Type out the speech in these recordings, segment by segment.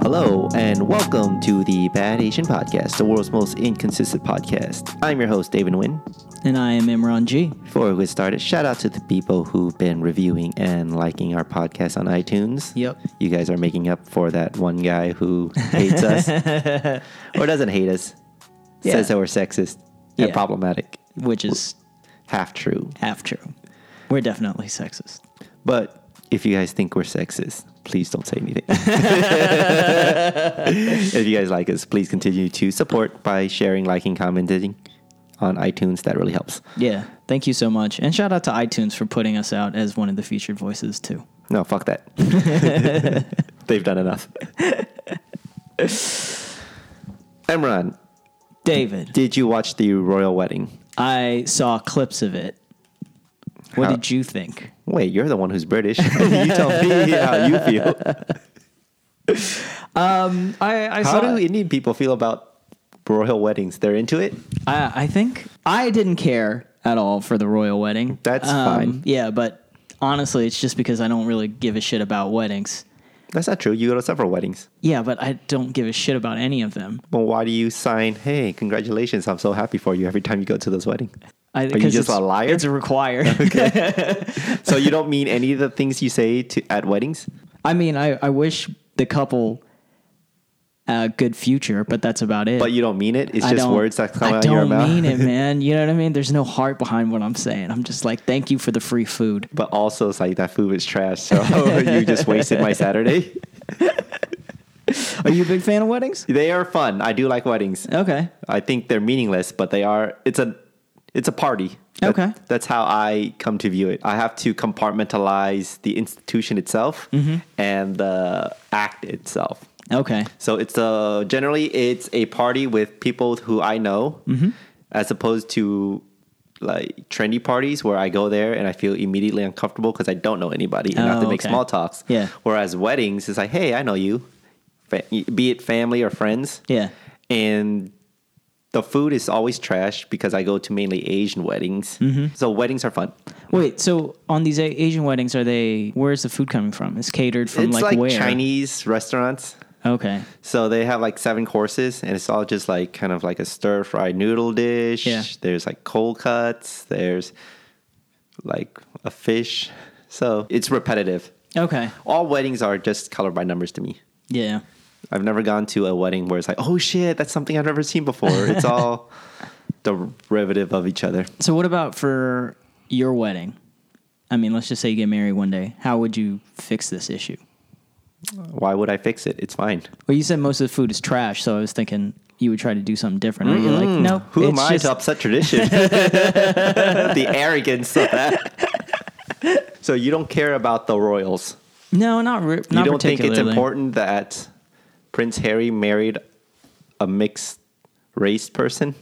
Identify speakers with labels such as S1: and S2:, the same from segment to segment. S1: hello, and welcome to the Bad Asian Podcast, the world's most inconsistent podcast. I'm your host, David Nguyen.
S2: And I am Imran G.
S1: Before we get started, shout out to the people who've been reviewing and liking our podcast on iTunes.
S2: Yep.
S1: You guys are making up for that one guy who hates us or doesn't hate us,
S2: Yeah.
S1: says that we're sexist and
S2: Yeah.
S1: problematic.
S2: Which is
S1: Half true.
S2: half true. We're definitely sexist.
S1: But if you guys think we're sexist, please don't say anything. if you guys like us, please continue to support by sharing, liking, commenting on iTunes. That really helps.
S2: Yeah. Thank you so much. And shout out to iTunes for putting us out as one of the featured voices, too.
S1: No, fuck that. They've done enough. Emron,
S2: David,
S1: did you watch the royal wedding?
S2: I saw clips of it. What
S1: How-
S2: did you think?
S1: Wait, you're the one who's British. you tell me how you feel.
S2: I, I
S1: How do Indian people feel about royal weddings? They're into it?
S2: I, I think I didn't care at all for the royal wedding. Um,
S1: That's fine.
S2: Yeah, but honestly, it's just because I don't really give a shit about weddings.
S1: That's not true. You go to several weddings.
S2: Yeah, but I don't give a shit about any of them.
S1: Well, why do you sign? Hey, congratulations! I'm so happy for you every time you go to those weddings.
S2: I,
S1: you
S2: 'cause
S1: just
S2: it's-
S1: a liar?
S2: It's required.
S1: So you don't mean any of the things you say to at weddings?
S2: I mean, I, I wish the couple a good future, but that's about it.
S1: But you don't mean it. It's
S2: I
S1: just
S2: don't-
S1: words that come
S2: I
S1: out of your mouth.
S2: don't mean it, man. You know what I mean? There's no heart behind what I'm saying. I'm just like, thank you for the free food.
S1: But also, it's like that food was trash. So you just wasted my Saturday.
S2: Are you a big fan of weddings?
S1: They are fun. I do like weddings.
S2: Okay.
S1: I think they're meaningless, but they are. It's a, it's a party. That-
S2: Okay.
S1: that's how I come to view it. I have to compartmentalize the institution itself
S2: Mm-hmm.
S1: and the act itself.
S2: Okay.
S1: So it's a generally it's a party with people who I know,
S2: Mm-hmm.
S1: as opposed to like trendy parties where I go there and I feel immediately uncomfortable because I don't know anybody and I have to
S2: Oh,
S1: make
S2: okay.
S1: small talks.
S2: Yeah.
S1: Whereas weddings is like, hey, I know you, Fa- be it family or friends.
S2: Yeah.
S1: And the food is always trash because I go to mainly Asian weddings.
S2: Mm-hmm.
S1: So weddings are fun.
S2: Wait, so on these A- Asian weddings, are they, where's the food coming from? It's catered from
S1: it's
S2: like,
S1: like
S2: where?
S1: Chinese restaurants.
S2: Okay.
S1: So they have like seven courses, and it's all just like kind of like a stir fried noodle dish.
S2: Yeah.
S1: There's like cold cuts. There's like a fish. So it's repetitive.
S2: Okay.
S1: All weddings are just colored by numbers to me.
S2: Yeah.
S1: I've never gone to a wedding where it's like, oh shit, that's something I've never seen before. It's all derivative of each other.
S2: So what about for your wedding? I mean, let's just say you get married one day. How would you fix this issue?
S1: Why would I fix it? It's fine.
S2: Well, you said most of the food is trash, so I was thinking you would try to do something different. Right? You're like, no,
S1: Mm-hmm. Who
S2: it's
S1: am I
S2: just-
S1: to upset tradition? the arrogance of that. So you don't care about the royals.
S2: No, not re-
S1: you
S2: not
S1: don't think it's
S2: particularly.
S1: important that Prince Harry married a mixed race person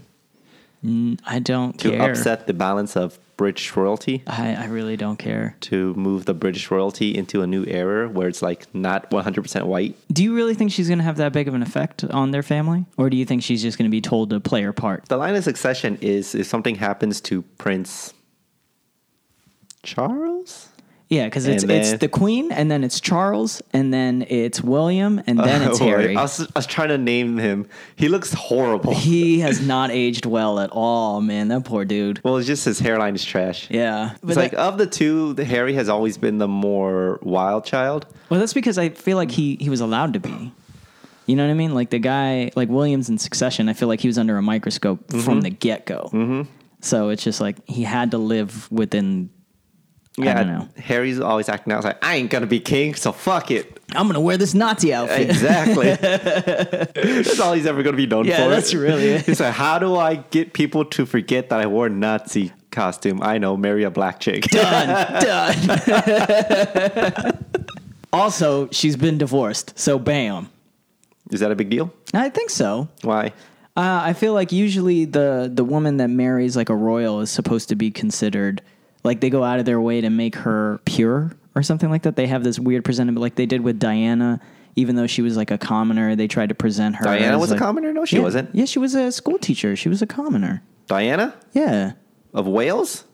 S2: I don't
S1: to
S2: care.
S1: upset the balance of British royalty?
S2: I, I really don't care.
S1: To move the British royalty into a new era where it's like not 100% white?
S2: Do you really think she's going to have that big of an effect on their family, or do you think she's just going to be told to play her part?
S1: The line of succession is if something happens to Prince Charles?
S2: Yeah, because it's
S1: And then-
S2: it's the Queen, and then it's Charles, and then it's William, and then it's
S1: Oh, wait,
S2: Harry.
S1: I was, I was trying to name him. He looks horrible.
S2: He has not aged well at all, man. That poor dude.
S1: well, it's just his hairline is trash.
S2: Yeah, but
S1: It's like
S2: that-
S1: of the two, the Harry has always been the more wild child.
S2: Well, that's because I feel like he he was allowed to be. You know what I mean? Like the guy, like Williams in Succession, I feel like he was under a microscope from the get go. Mm-hmm. So it's just like he had to live within.
S1: Yeah,
S2: don't know.
S1: Harry's always acting out it's like I ain't gonna be king, so fuck it.
S2: I'm gonna wear this Nazi outfit.
S1: Exactly. that's all he's ever gonna be known
S2: Yeah,
S1: for.
S2: that's really it.
S1: He's like, how do I get people to forget that I wore a Nazi costume? I know, marry a black chick.
S2: done, done. also, she's been divorced, so bam.
S1: Is that a big deal?
S2: I think so.
S1: Why?
S2: Uh, I feel like usually the the woman that marries like a royal is supposed to be considered like they go out of their way to make her pure or something like that. They have this weird presentment, like they did with Diana, even though she was like a commoner. They tried to present her.
S1: Diana
S2: as,
S1: was a
S2: like-
S1: commoner? No, she
S2: Yeah.
S1: wasn't.
S2: Yeah, she was a school teacher. She was a commoner.
S1: Diana
S2: Yeah,
S1: of Wales?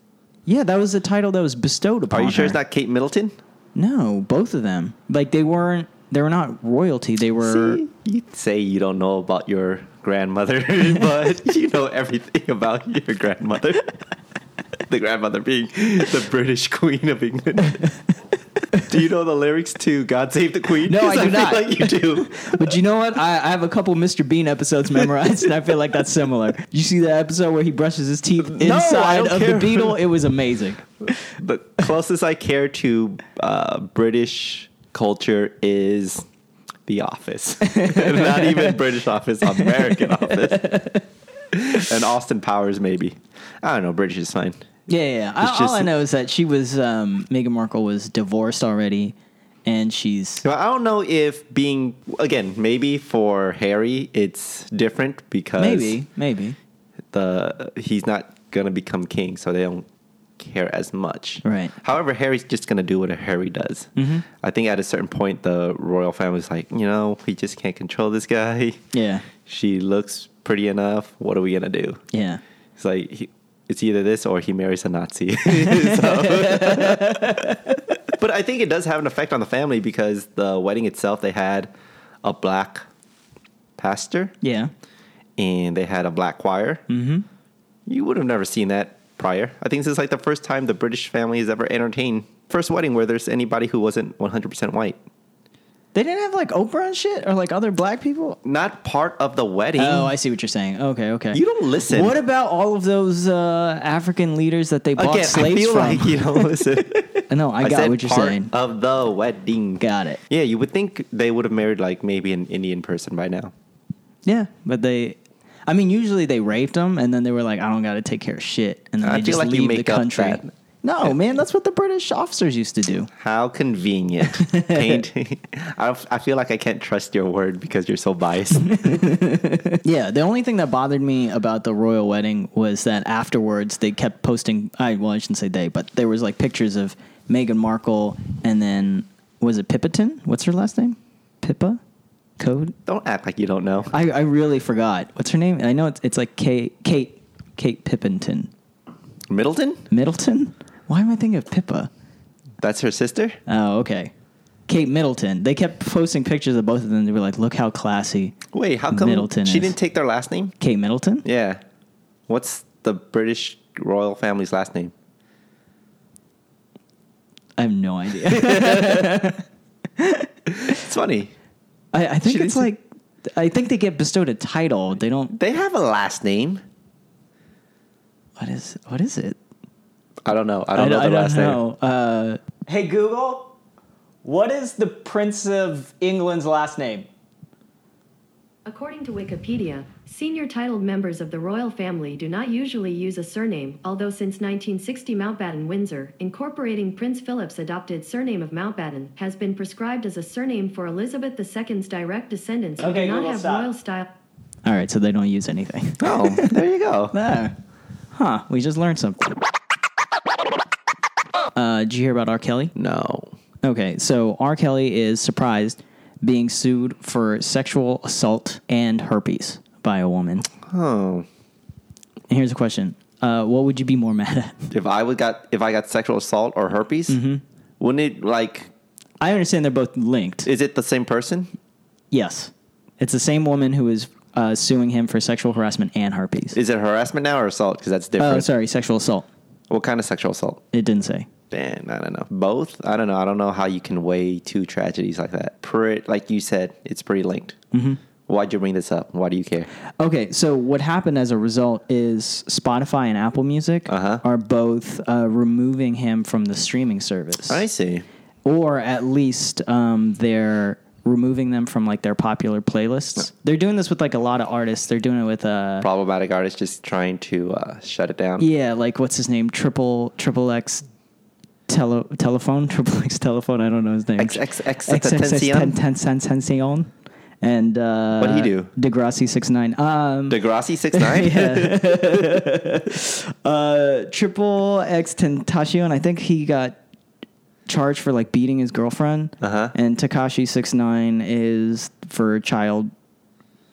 S2: yeah, that was the title that was bestowed upon.
S1: Are you sure it's
S2: her.
S1: not Kate Middleton?
S2: No, both of them. Like they weren't they were not royalty. They were
S1: See, you say you don't know about your grandmother, but you know everything about your grandmother. the grandmother being the British Queen of England. do you know the lyrics to "God Save the Queen"?
S2: No, I
S1: 'Cause
S2: do
S1: feel
S2: not.
S1: Like you do.
S2: But you know what? I, I have a couple Mr. Bean episodes memorized, and I feel like that's similar. You see that episode where he brushes his teeth
S1: I
S2: inside
S1: don't
S2: of
S1: care.
S2: the beetle? It was amazing.
S1: the closest I care to uh, British culture is The Office. Not even British Office, American Office. and Austin Powers, maybe. I don't know. British is fine.
S2: Yeah, yeah. yeah. I,
S1: It's
S2: all I
S1: just-
S2: know is that she was um, Meghan Markle was divorced already, and she's
S1: So I don't know if being again maybe for Harry it's different because
S2: maybe, maybe
S1: the he's not gonna become king, so they don't care as much.
S2: Right. Mm-hmm.
S1: However, Harry's just gonna do what a Harry does. I think at a certain point, the royal family's like, you know, we just can't control this guy.
S2: Yeah,
S1: She looks pretty enough. What are we gonna do?
S2: yeah.
S1: It's like he, it's either this or he marries a Nazi. So- but I think it does have an effect on the family because the wedding itself, they had a black pastor
S2: Yeah.
S1: and they had a black choir.
S2: Mm-hmm.
S1: You would have never seen that prior. I think this is like the first time the British family has ever entertained first wedding where there's anybody who wasn't 100% white.
S2: They didn't have like Oprah and shit, or like other black people.
S1: Not part of the wedding.
S2: Oh, I see what you're saying. Okay, okay.
S1: you don't listen.
S2: What about all of those uh, African leaders that they bought
S1: Again, I
S2: slaves
S1: feel
S2: from?
S1: like you don't listen.
S2: no, I, got
S1: said
S2: what you're
S1: part
S2: saying.
S1: Of the wedding.
S2: got it.
S1: Yeah, you would think they would have married like maybe an Indian person by now.
S2: Yeah, but they. I mean, usually they raped them, and then they were like, "I don't got to take care of shit," and then
S1: I
S2: they
S1: feel
S2: just
S1: like you
S2: leave the
S1: make up
S2: country.
S1: that.
S2: No, man, that's what the British officers used to do.
S1: How convenient. Paint. I, f- I feel like I can't trust your word because you're so biased.
S2: Yeah, the only thing that bothered me about the royal wedding was that afterwards they kept posting. I well, I shouldn't say they, but there was like pictures of Meghan Markle, and then was it Pippiton? What's her last name? Pippa, Code.
S1: don't act like you don't know.
S2: I, I really forgot what's her name. I know it's it's like Kate Kate Kate Pippington
S1: Middleton?
S2: Middleton. Why am I thinking of Pippa?
S1: That's her sister?
S2: Oh, okay. Kate Middleton. They kept posting pictures of both of them. They were like, "Look how classy."
S1: Wait, how come
S2: Middleton
S1: she
S2: is.
S1: didn't take their last name?
S2: Kate Middleton.
S1: Yeah. What's the British royal family's last name?
S2: I have no idea.
S1: It's funny.
S2: I, I think
S1: She
S2: it's
S1: didn't-
S2: like, I think they get bestowed a title. They don't.
S1: They have a last name.
S2: What is what is it?
S1: I don't know. I don't know the last name.
S2: Uh, hey Google, what is the Prince of England's last name?
S3: According to Wikipedia, senior titled members of the royal family do not usually use a surname, although since 1960 Mountbatten Windsor, incorporating Prince Philip's adopted surname of Mountbatten, has been prescribed as a surname for Elizabeth II's direct descendants who
S2: Okay,
S3: do not
S2: Google,
S3: have
S2: stop.
S3: royal style.
S2: All right, so they don't use anything.
S1: Oh, there you go.
S2: There. Huh, we just learned something. Uh, did you hear about R. Kelly?
S1: No.
S2: Okay, so R. Kelly is surprised being sued for sexual assault and herpes by a woman.
S1: Oh.
S2: And here's a question uh, What would you be more mad at?
S1: If I would got if I got sexual assault or herpes, wouldn't it like
S2: I understand they're both linked.
S1: is it the same person?
S2: Yes. It's the same woman who is uh, suing him for sexual harassment and herpes.
S1: Is it harassment now or assault? Because that's different.
S2: Oh, sorry, sexual assault.
S1: What kind of sexual assault?
S2: It didn't say.
S1: Man, I don't know. Both? I don't know. I don't know how you can weigh two tragedies like that. Pretty, like you said, it's pretty linked. Mm-hmm. Why'd you bring this up? Why do you care?
S2: Okay, so what happened as a result is Spotify and Apple Music
S1: Uh-huh.
S2: are both uh, removing him from the streaming service,
S1: I see.
S2: or at least um, they're removing them from like their popular playlists. They're doing this with like a lot of artists. They're doing it with uh,
S1: Problematic artist just trying to uh, shut it down.
S2: yeah, like what's his name, triple triple X. Tele, telephone, triple X telephone. I don't know his name.
S1: XXX
S2: XXX
S1: Tentacion?
S2: Tentacion. And uh,
S1: What'd he do?
S2: Degrassi six nine. Um,
S1: Degrassi six nine.
S2: yeah. uh, triple X Tentacion. I think he got charged for like beating his girlfriend.
S1: Uh-huh.
S2: And Takashi six nine is for child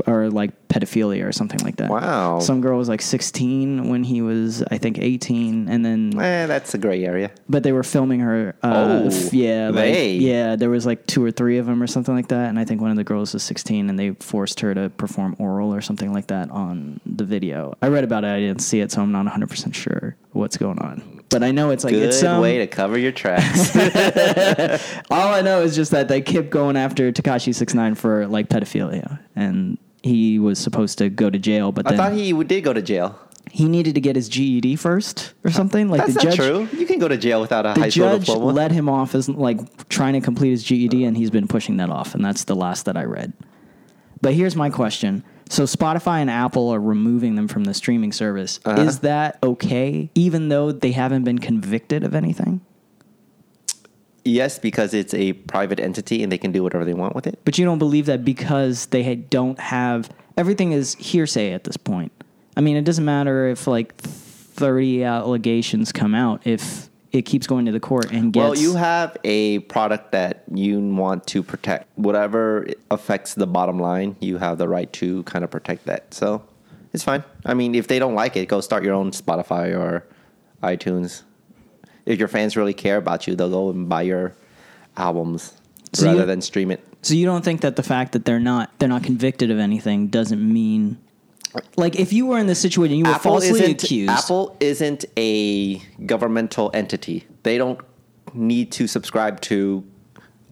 S2: or like pedophilia or something like that.
S1: Wow.
S2: Some girl was like 16 when he was, I think, 18, and then
S1: Eh, that's a gray area.
S2: but they were filming her. Uh,
S1: Oh,
S2: f- yeah, like,
S1: they.
S2: yeah. There was like two or three of them or something like that, and I think one of the girls was 16, and they forced her to perform oral or something like that on the video. I read about it. I didn't see it, so I'm not 100 percent sure what's going on. But I know it's like
S1: Good
S2: it's um, some,
S1: way to cover your tracks.
S2: all I know is just that they kept going after Takashi 69 for like pedophilia, and he was supposed to go to jail, but
S1: I
S2: then
S1: thought
S2: he,
S1: he did go to jail.
S2: needed to get his GED first or something. Like
S1: That's
S2: the
S1: not true.
S2: judge,
S1: You can go to jail without a
S2: the
S1: high school
S2: judge
S1: diploma.
S2: let him off as like trying to complete his
S1: Uh-huh.
S2: GED, and he's been pushing that off, and that's the last that I read. But here's my question: So Spotify and Apple are removing them from the streaming service.
S1: Uh-huh.
S2: Is that okay? Even though they haven't been convicted of anything,
S1: yes, because it's a private entity and they can do whatever they want with it.
S2: but you don't believe that because they had- don't have everything is hearsay at this point. I mean, it doesn't matter if like thirty allegations come out if it keeps going to the court and gets.
S1: Well, you have a product that you want to protect. Whatever affects the bottom line, you have the right to kind of protect that. So it's fine. I mean, if they don't like it, go start your own Spotify or iTunes. If your fans really care about you, they'll go and buy your albums
S2: So
S1: rather
S2: you-
S1: than stream it.
S2: So you don't think that the fact that they're not they're not convicted of anything doesn't mean like if you were in this situation you were falsely
S1: isn't,
S2: accused.
S1: Apple isn't a governmental entity. They don't need to subscribe to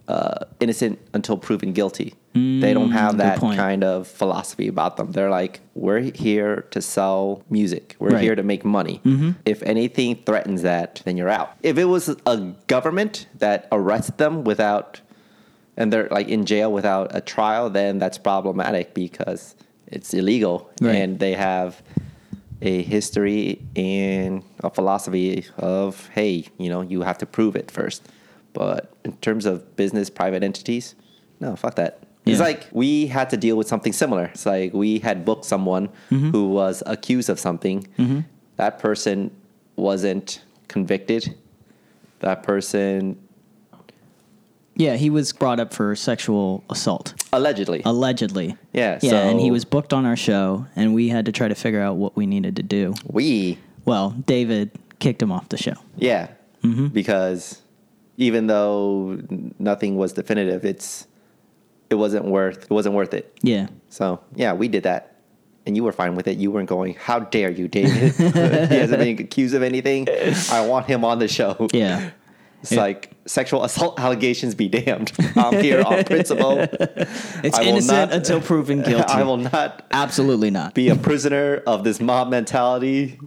S1: uh, innocent until proven guilty. they don't have
S2: Mm, good
S1: that
S2: point.
S1: kind of philosophy about them. They're like, we're here to sell music. We're
S2: Right. Mm-hmm.
S1: here to make money. If anything threatens that, then you're out. If it was a government that arrested them without and they're like in jail without a trial, then that's problematic because it's illegal
S2: Right.
S1: and they have a history and a philosophy of hey, you know, you have to prove it first. But in terms of business, private entities, no, fuck that. It's
S2: Yeah.
S1: like we had to deal with something similar. It's like we had booked someone who was accused of something. That person wasn't convicted. That person
S2: yeah, he was brought up for sexual assault
S1: allegedly.
S2: Uh, allegedly.
S1: Yeah,
S2: Yeah, and he
S1: so-
S2: was booked on our show and we had to try to figure out what we needed to do.
S1: we
S2: Well, David kicked him off the show.
S1: Yeah.
S2: Mm-hmm.
S1: Because even though n- nothing was definitive, it's it wasn't worth it wasn't worth it.
S2: Yeah.
S1: So yeah, we did that. And you were fine with it. You weren't going, How dare you, David? he hasn't been accused of anything. I want him on the show.
S2: Yeah.
S1: It's like sexual assault allegations be damned. I'm here on principle.
S2: It's
S1: I will
S2: innocent
S1: not-
S2: until proven guilty.
S1: I will not
S2: Absolutely not.
S1: be a prisoner of this mob mentality.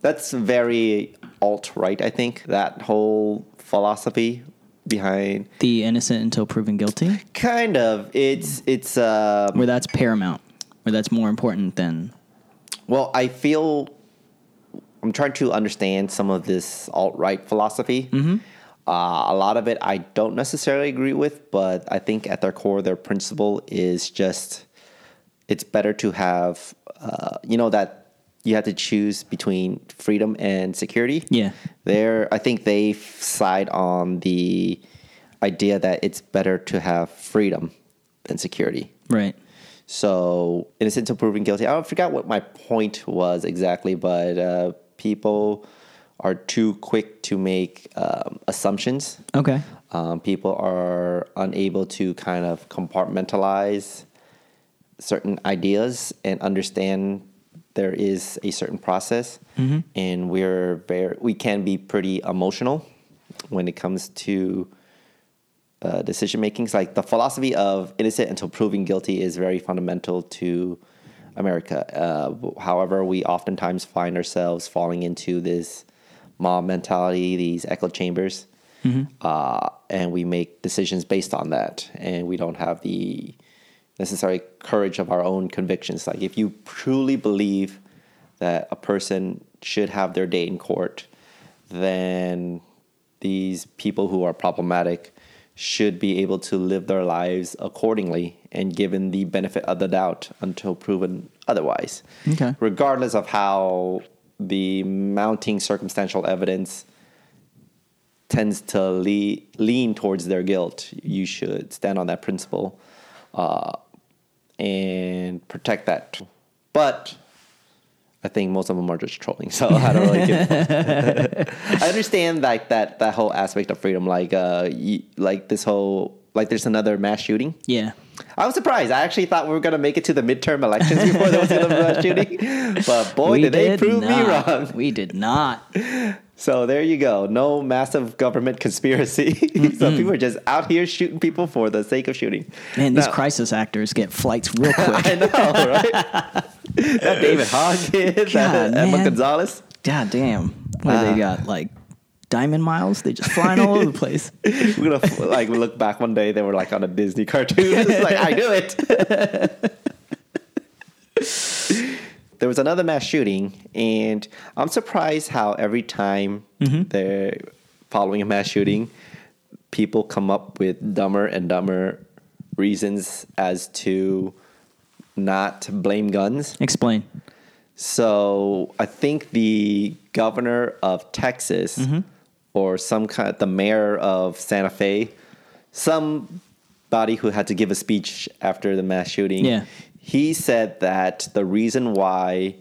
S1: That's very alt right, I think, that whole philosophy behind
S2: the innocent until proven guilty.
S1: kind of it's it's uh
S2: Where that's paramount. Where that's more important than
S1: well i feel i'm trying to understand some of this alt-right philosophy uh, a lot of it i don't necessarily agree with but i think at their core their principle is just it's better to have uh, you know that you have to choose between freedom and security
S2: Yeah.
S1: there i think they f- side on the idea that it's better to have freedom than security
S2: right.
S1: so innocent until proven guilty. I forgot what my point was exactly, but uh, people are too quick to make um, assumptions.
S2: Okay.
S1: Um, people are unable to kind of compartmentalize certain ideas and understand there is a certain process, and we're very we can be pretty emotional when it comes to uh, decision making. Like the philosophy of innocent until proven guilty is very fundamental to America. Uh, however, we oftentimes find ourselves falling into this mob mentality, these echo chambers, uh, and we make decisions based on that, and we don't have the necessary courage of our own convictions. Like if you truly believe that a person should have their day in court, then these people who are problematic should be able to live their lives accordingly and given the benefit of the doubt until proven otherwise.
S2: Okay.
S1: Regardless of how the mounting circumstantial evidence tends to le- lean towards their guilt, you should stand on that principle uh, and protect that. But I think most of them are just trolling, so I don't really give. a fuck. I understand like that that whole aspect of freedom, like uh, y- like this whole like there's another mass shooting.
S2: Yeah.
S1: I was surprised. I actually thought we were gonna make it to the midterm elections before there was another mass shooting, but boy, did they prove
S2: not.
S1: me wrong.
S2: We did not.
S1: So there you go. No massive government conspiracy. so people are just out here shooting people for the sake of shooting.
S2: Man, these
S1: Now-
S2: crisis actors get flights real quick.
S1: I know, right? that David Hawkins, that
S2: God,
S1: Emma
S2: man.
S1: Gonzalez.
S2: God damn. What do
S1: Ah.
S2: they got? Like diamond miles? They just flying all over the place.
S1: We're gonna like we look back one day. They were like on a Disney cartoon. It's like I knew it. there was another mass shooting, and I'm surprised how every time they're following a mass shooting, people come up with dumber and dumber reasons as to not blame guns.
S2: Explain.
S1: So I think the governor of Texas or some kind the mayor of Santa Fe, somebody who had to give a speech after the mass shooting.
S2: Yeah.
S1: He said that the reason why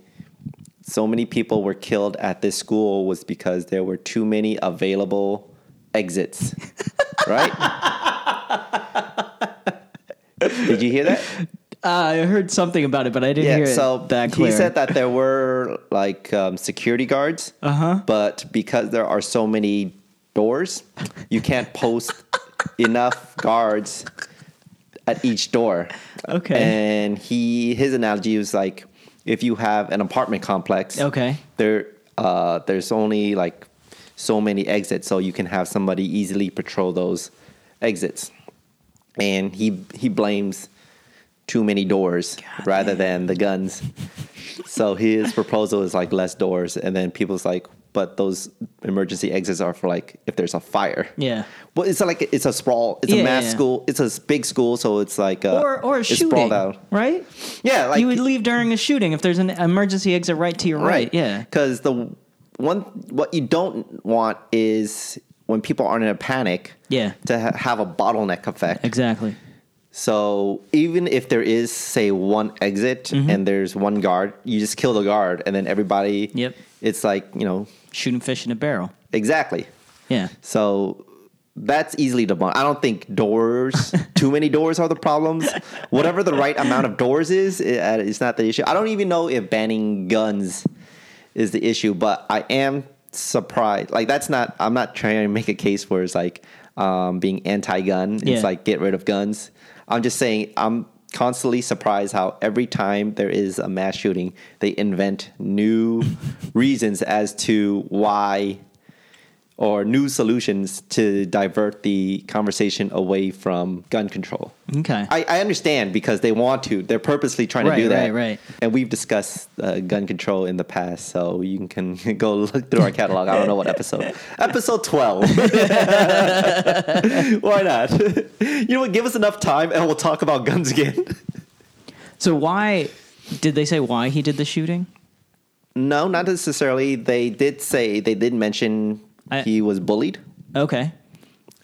S1: so many people were killed at this school was because there were too many available exits. right? Did you hear that?
S2: Uh, I heard something about it, but I didn't hear it
S1: so
S2: that clear.
S1: He said that there were like um, security guards,
S2: Uh-huh.
S1: but because there are so many doors, you can't post enough guards at each door.
S2: Okay.
S1: And he his analogy was like if you have an apartment complex,
S2: Okay.
S1: there uh, there's only like so many exits, so you can have somebody easily patrol those exits. And he he blames too many doors
S2: God
S1: rather than the guns. so his proposal is like less doors, and then people's like, but those emergency exits are for like if there's a fire.
S2: Yeah.
S1: Well, it's like it's a sprawl. It's
S2: Yeah,
S1: a mass
S2: yeah, yeah.
S1: school. It's a big school, so it's like uh,
S2: or or a
S1: it's
S2: shooting,
S1: sprawled out.
S2: right?
S1: Yeah, like
S2: you would leave during a shooting if there's an emergency exit right to your right. Yeah.
S1: Because the one what you don't want is when people aren't in a panic.
S2: Yeah.
S1: To ha- have a bottleneck effect.
S2: Exactly.
S1: So even if there is say one exit and there's one guard, you just kill the guard and then everybody.
S2: Yep.
S1: It's like you know
S2: Shooting fish in a barrel.
S1: exactly.
S2: Yeah.
S1: So. That's easily debunked. I don't think doors, too many doors are the problems. Whatever the right amount of doors is, it- uh, it's not the issue. I don't even know if banning guns is the issue, but I am surprised. Like that's not. I'm not trying to make a case where it's like um, being anti-gun.
S2: Yeah.
S1: It's like get rid of guns. I'm just saying. I'm constantly surprised how every time there is a mass shooting, they invent new reasons as to why or new solutions to divert the conversation away from gun control.
S2: Okay.
S1: I, I understand because they want to. They're purposely trying
S2: Right,
S1: to do that.
S2: right, right.
S1: And we've discussed uh, gun control in the past, so you can go look through our catalog. I don't know what episode. episode 12. Why not? you know what? Give us enough time and we'll talk about guns again.
S2: so why did they say why he did the shooting?
S1: no, not necessarily. They did say, they did mention
S2: I-
S1: he was bullied.
S2: Okay.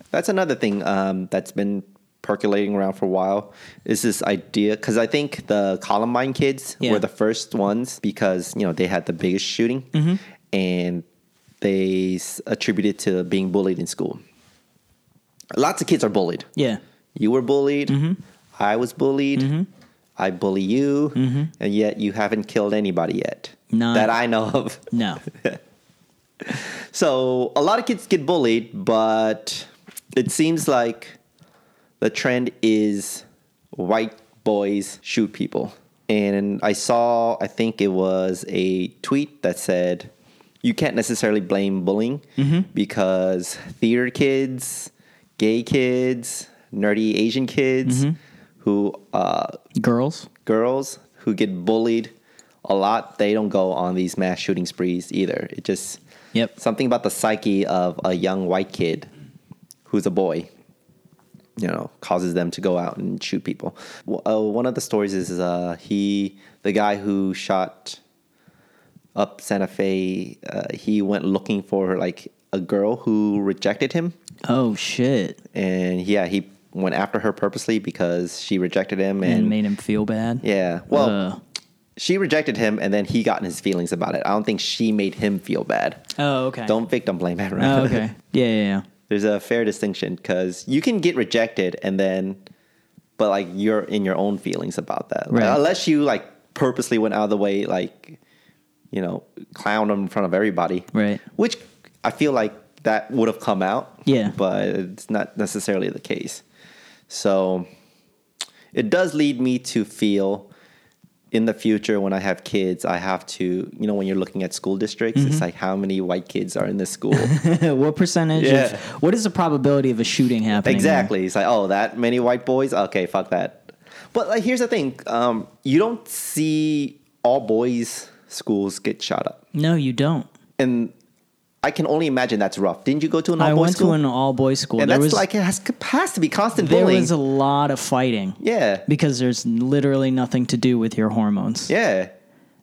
S1: That's another thing um, that's been percolating around for a while is this idea because I think the Columbine kids
S2: Yeah.
S1: were the first ones because you know they had the biggest shooting and they s- attributed to being bullied in school. Lots of kids are bullied.
S2: Yeah.
S1: You were bullied. I was bullied. I bully you, and yet you haven't killed anybody yet
S2: No.
S1: that I know of.
S2: No.
S1: So a lot of kids get bullied, but it seems like the trend is white boys shoot people. And I saw, I think it was a tweet that said, you can't necessarily blame bullying because theater kids, gay kids, nerdy Asian kids who uh,
S2: Girls.
S1: girls who get bullied a lot, they don't go on these mass shooting sprees either. It just
S2: Yep.
S1: something about the psyche of a young white kid who's a boy, you know, causes them to go out and shoot people. W- uh, One of the stories is uh, he, the guy who shot up Santa Fe, uh, he went looking for like a girl who rejected him
S2: Oh shit.
S1: and yeah, he went after her purposely because she rejected him
S2: and
S1: and,
S2: made him feel bad.
S1: yeah. Well,
S2: Ugh.
S1: she rejected him and then he got in his feelings about it. I don't think she made him feel bad.
S2: oh okay.
S1: Don't victim blame it. Right?
S2: Oh, okay. Yeah, yeah, yeah.
S1: There's a fair distinction because you can get rejected and then, but like you're in your own feelings about that. Like,
S2: Right.
S1: unless you like purposely went out of the way, like, you know, clown him in front of everybody.
S2: Right.
S1: Which I feel like that would have come out.
S2: Yeah.
S1: But it's not necessarily the case. So it does lead me to feel in the future when I have kids, I have to, you know, when you're looking at school districts,
S2: Mm-hmm.
S1: it's like how many white kids are in this school.
S2: what percentage?
S1: Yeah.
S2: Of, what is the probability of a shooting happening?
S1: Exactly. It's like, oh, that many white boys? Okay, fuck that. But like, here's the thing um, you don't see all boys' schools get shot up.
S2: there? No, you don't.
S1: And I can only imagine that's rough. Didn't you go to an
S2: I
S1: all boys
S2: went
S1: school?
S2: to an all boys school.
S1: and
S2: there
S1: that's
S2: was
S1: like, it has, has to be constant
S2: there
S1: bullying.
S2: was a lot of fighting.
S1: yeah.
S2: Because there's literally nothing to do with your hormones.
S1: Yeah.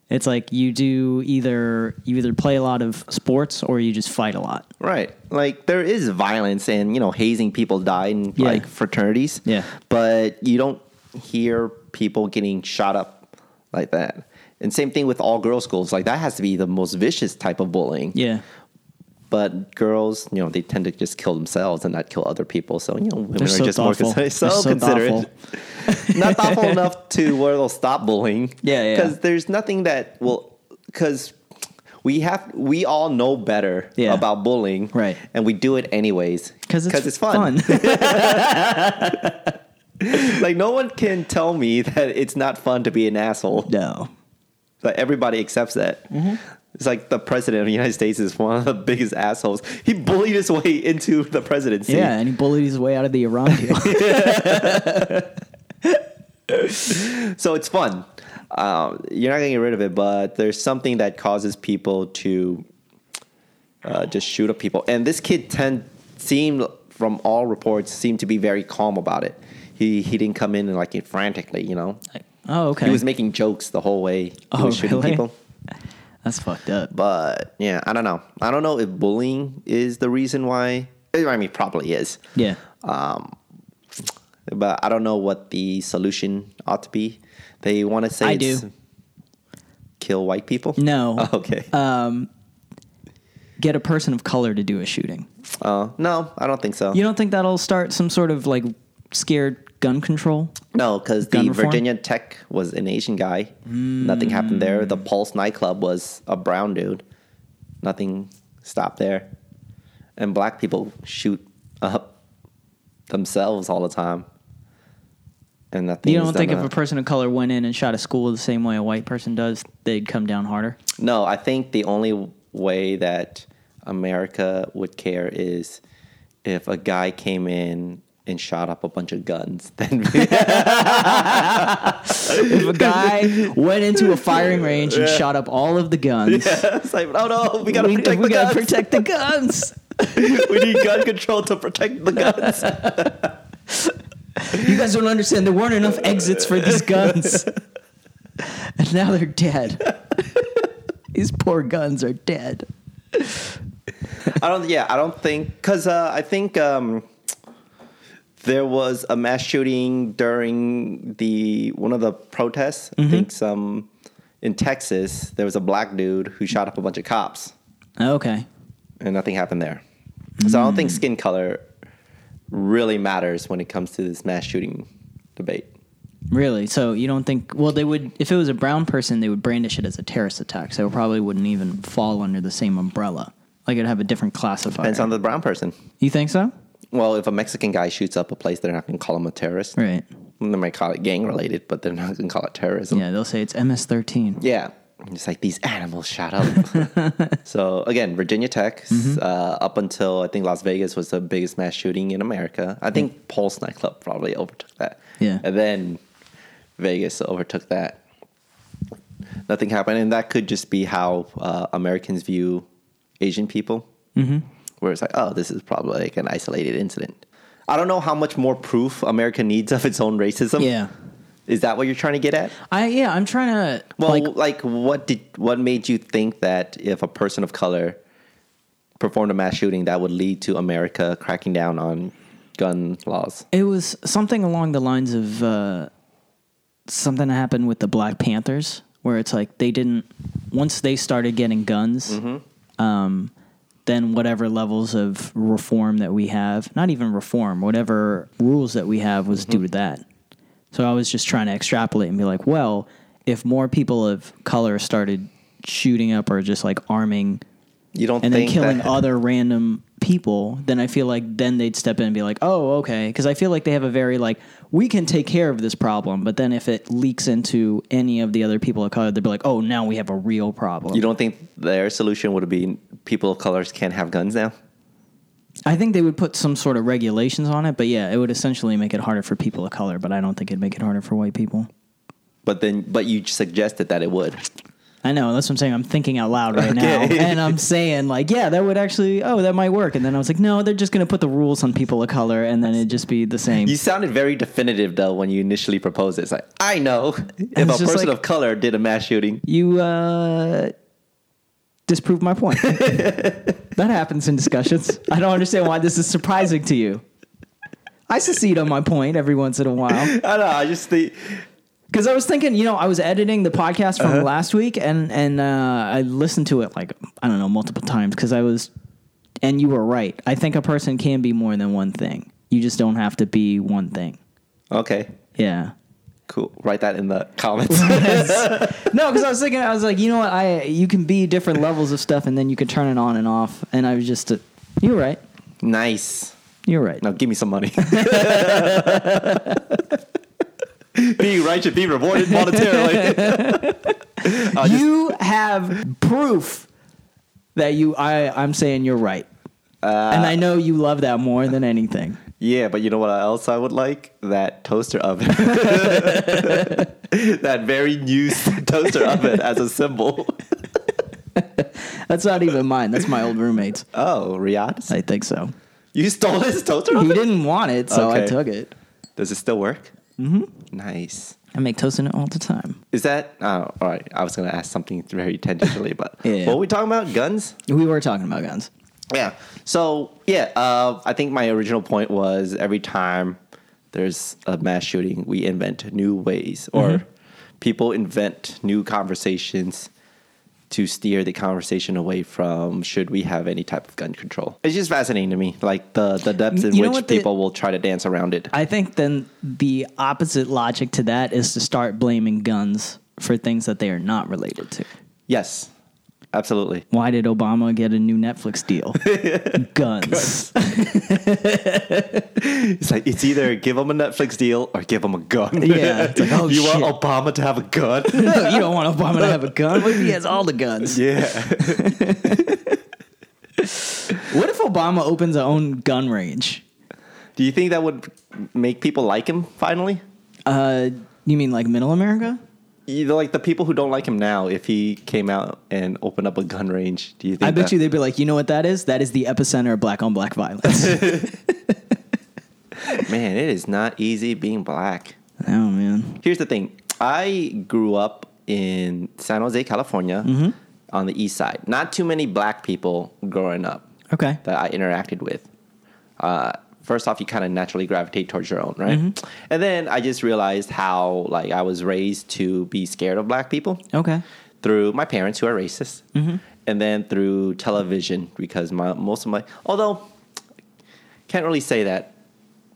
S2: It's like you do either you either play a lot of sports or you just fight a lot.
S1: Right. Like there is violence and, you know, hazing people die in
S2: Yeah.
S1: like fraternities.
S2: Yeah.
S1: But you don't hear people getting shot up like that. And same thing with all girls schools. Like that has to be the most vicious type of bullying.
S2: Yeah.
S1: But girls, you know, they tend to just kill themselves and not kill other people. So, you know, women
S2: They're
S1: are
S2: so
S1: just
S2: thoughtful.
S1: more considerate. So,
S2: They're so
S1: considerate. not thoughtful enough to where they'll stop bullying.
S2: Yeah, yeah.
S1: Because there's nothing that will, because we have, we all know better
S2: Yeah.
S1: about bullying.
S2: Right.
S1: And we do it anyways.
S2: Because it's,
S1: fun.
S2: fun.
S1: like, no one can tell me that it's not fun to be an asshole.
S2: no.
S1: Like everybody accepts that.
S2: Mm-hmm.
S1: It's like the president of the United States is one of the biggest assholes. He bullied his way into the presidency.
S2: Yeah, and he bullied his way out of the Iran deal.
S1: So it's fun. Um, you're not gonna get rid of it, but there's something that causes people to uh, just shoot up people. And this kid tend seemed, from all reports, seemed to be very calm about it. He he didn't come in and like frantically, you know.
S2: oh, okay.
S1: He was making jokes the whole way he
S2: Oh,
S1: was shooting
S2: really?
S1: people.
S2: That's fucked up.
S1: But yeah, I don't know. I don't know if bullying is the reason why. I mean, probably is.
S2: Yeah.
S1: But I don't know what the solution ought to be. They want to say
S2: I
S1: it's
S2: do.
S1: kill white people.
S2: No. Um,
S1: Oh, okay.
S2: Get a person of color to do a shooting.
S1: Uh, no, I don't think so.
S2: You don't think that'll start some sort of like scared gun control?
S1: no, because
S2: Gun
S1: the
S2: reform?
S1: Virginia Tech was an Asian guy. Nothing happened there.
S2: Hmm.
S1: The Pulse nightclub was a brown dude. Nothing stopped there. And black people shoot up themselves all the time. And nothing.
S2: You
S1: is
S2: don't
S1: done
S2: think if a
S1: about it.
S2: person of color went in and shot a school the same way a white person does, they'd come down harder?
S1: No, I think the only way that America would care is if a guy came in and shot up a bunch of guns. Then
S2: If a guy went into a firing range and shot up all of the guns,
S1: it's like, oh no, we gotta
S2: we,
S1: protect
S2: we
S1: the
S2: gotta
S1: guns.
S2: protect the guns.
S1: we need gun control to protect the guns.
S2: You guys don't understand. There weren't enough exits for these guns. And now they're dead. these poor guns are dead.
S1: I don't. Yeah, I don't think because uh, I think um, there was a mass shooting during the one of the protests.
S2: Mm-hmm.
S1: I think some in Texas there was a black dude who shot up a bunch of cops.
S2: Okay.
S1: and nothing happened there. So I don't think skin color really matters when it comes to this mass shooting debate.
S2: Really? So you don't think? Well, they would. If it was a brown person, they would brandish it as a terrorist attack. So it probably wouldn't even fall under the same umbrella. Like it'd have a different classifier.
S1: Depends on the brown person.
S2: you think so?
S1: Well, if a Mexican guy shoots up a place, they're not going to call him a terrorist.
S2: Right.
S1: They might call it gang related, but they're not going to call it terrorism.
S2: Yeah, they'll say it's MS-13.
S1: Yeah. It's like these animals shot up. so again, Virginia Tech,
S2: Mm-hmm.
S1: uh, up until I think Las Vegas was the biggest mass shooting in America. I think Pulse nightclub probably overtook that.
S2: Yeah.
S1: And then Vegas overtook that. Nothing happened, and that could just be how uh, Americans view Asian people, mm-hmm. where it's like, oh, this is probably like an isolated incident. I don't know how much more proof America needs of its own racism.
S2: Yeah.
S1: Is that what you're trying to get at?
S2: I yeah. I'm trying to.
S1: Well,
S2: like,
S1: like, what did what made you think that if a person of color performed a mass shooting, that would lead to America cracking down on gun laws.
S2: It was something along the lines of uh, something that happened with the Black Panthers, where it's like they didn't once they started getting guns, um, then whatever levels of reform that we have, not even reform, whatever rules that we have was due to that. So I was just trying to extrapolate and be like, well, if more people of color started shooting up or just like arming
S1: You don't
S2: and then
S1: think
S2: killing
S1: that,
S2: other random people, then I feel like then they'd step in and be like, "Oh, okay," because I feel like they have a very like we can take care of this problem, but then if it leaks into any of the other people of color, they'd be like, "Oh, now we have a real problem."
S1: you don't think their solution would be people of colors can't have guns now?
S2: I think they would put some sort of regulations on it, but yeah, it would essentially make it harder for people of color, but I don't think it'd make it harder for white people.
S1: But then, but you suggested that it would.
S2: I know. That's what I'm saying. I'm thinking out loud right now,
S1: Okay.
S2: and I'm saying like, yeah, that would actually. Oh, that might work. And then I was like, no, they're just going to put the rules on people of color, and then it'd just be the same.
S1: You sounded very definitive though when you initially proposed it. It's like I know if a
S2: It's just
S1: person
S2: like-
S1: of color did a mass shooting,
S2: you uh, disprove my point. that happens in discussions. I don't understand why this is surprising to you. I secede on my point every once in a while
S1: I don't know. I just think
S2: because I was thinking, you know, I was editing the podcast from last week and and uh, I listened to it like I don't know multiple times because I was, and you were right. I think a person can be more than one thing. You just don't have to be one thing.
S1: okay,
S2: Yeah.
S1: cool. Write that in the comments.
S2: No, because I was thinking, I was like, you know what? I you can be different levels of stuff, and then you can turn it on and off. And I was just, uh, you're right.
S1: nice.
S2: You're right.
S1: Now give me some money. Being right should be rewarded monetarily. I'll just-
S2: you have proof that you. I I'm saying you're right, and I know you love that more than anything.
S1: yeah, but you know what else I would like? That toaster oven. that very new toaster oven as a symbol.
S2: That's not even mine. That's my old roommate's.
S1: Oh, Riyadh?
S2: I think so.
S1: You stole his toaster
S2: He
S1: oven?
S2: didn't want it, so I
S1: Okay.
S2: took it.
S1: Does it still work? Mm-hmm. Nice.
S2: I make toast in it all the time.
S1: Is that oh, all right? I was gonna ask something very tangentially, but
S2: Yeah.
S1: what were we talking about? Guns?
S2: We were talking about guns.
S1: Yeah. So yeah, uh, I think my original point was every time there's a mass shooting, we invent new ways, or people invent new conversations to steer the conversation away from should we have any type of gun control. It's just fascinating to me, like the the depths in
S2: You know
S1: which
S2: what the-
S1: people will try to dance around it.
S2: I think then the opposite logic to that is to start blaming guns for things that they are not related to.
S1: yes, absolutely.
S2: Why did Obama get a new Netflix deal? Guns.
S1: It's like it's either give them a Netflix deal or give them a gun.
S2: Yeah, it's like, oh,
S1: you
S2: shit.
S1: want Obama to have a gun?
S2: No, you don't want Obama to have a gun. What if he has all the guns?
S1: yeah.
S2: What if Obama opens his own gun range?
S1: Do you think that would make people like him finally?
S2: Uh, you mean like middle America?
S1: Either like E, the people who don't like him now, if he came out and opened up a gun range, do you think?
S2: I bet
S1: that-
S2: you they'd be like, you know what that is? That is the epicenter of black on black violence.
S1: man, it is not easy being black.
S2: oh, man.
S1: Here's the thing: I grew up in San Jose, California,
S2: Mm-hmm.
S1: on the east side. Not too many black people growing up.
S2: Okay.
S1: that I interacted with. Uh, first off, you kind of naturally gravitate towards your own, right?
S2: Mm-hmm.
S1: And then I just realized how like I was raised to be scared of black people
S2: Okay.
S1: through my parents who are racist,
S2: Mm-hmm.
S1: and then through television because my most of my although can't really say that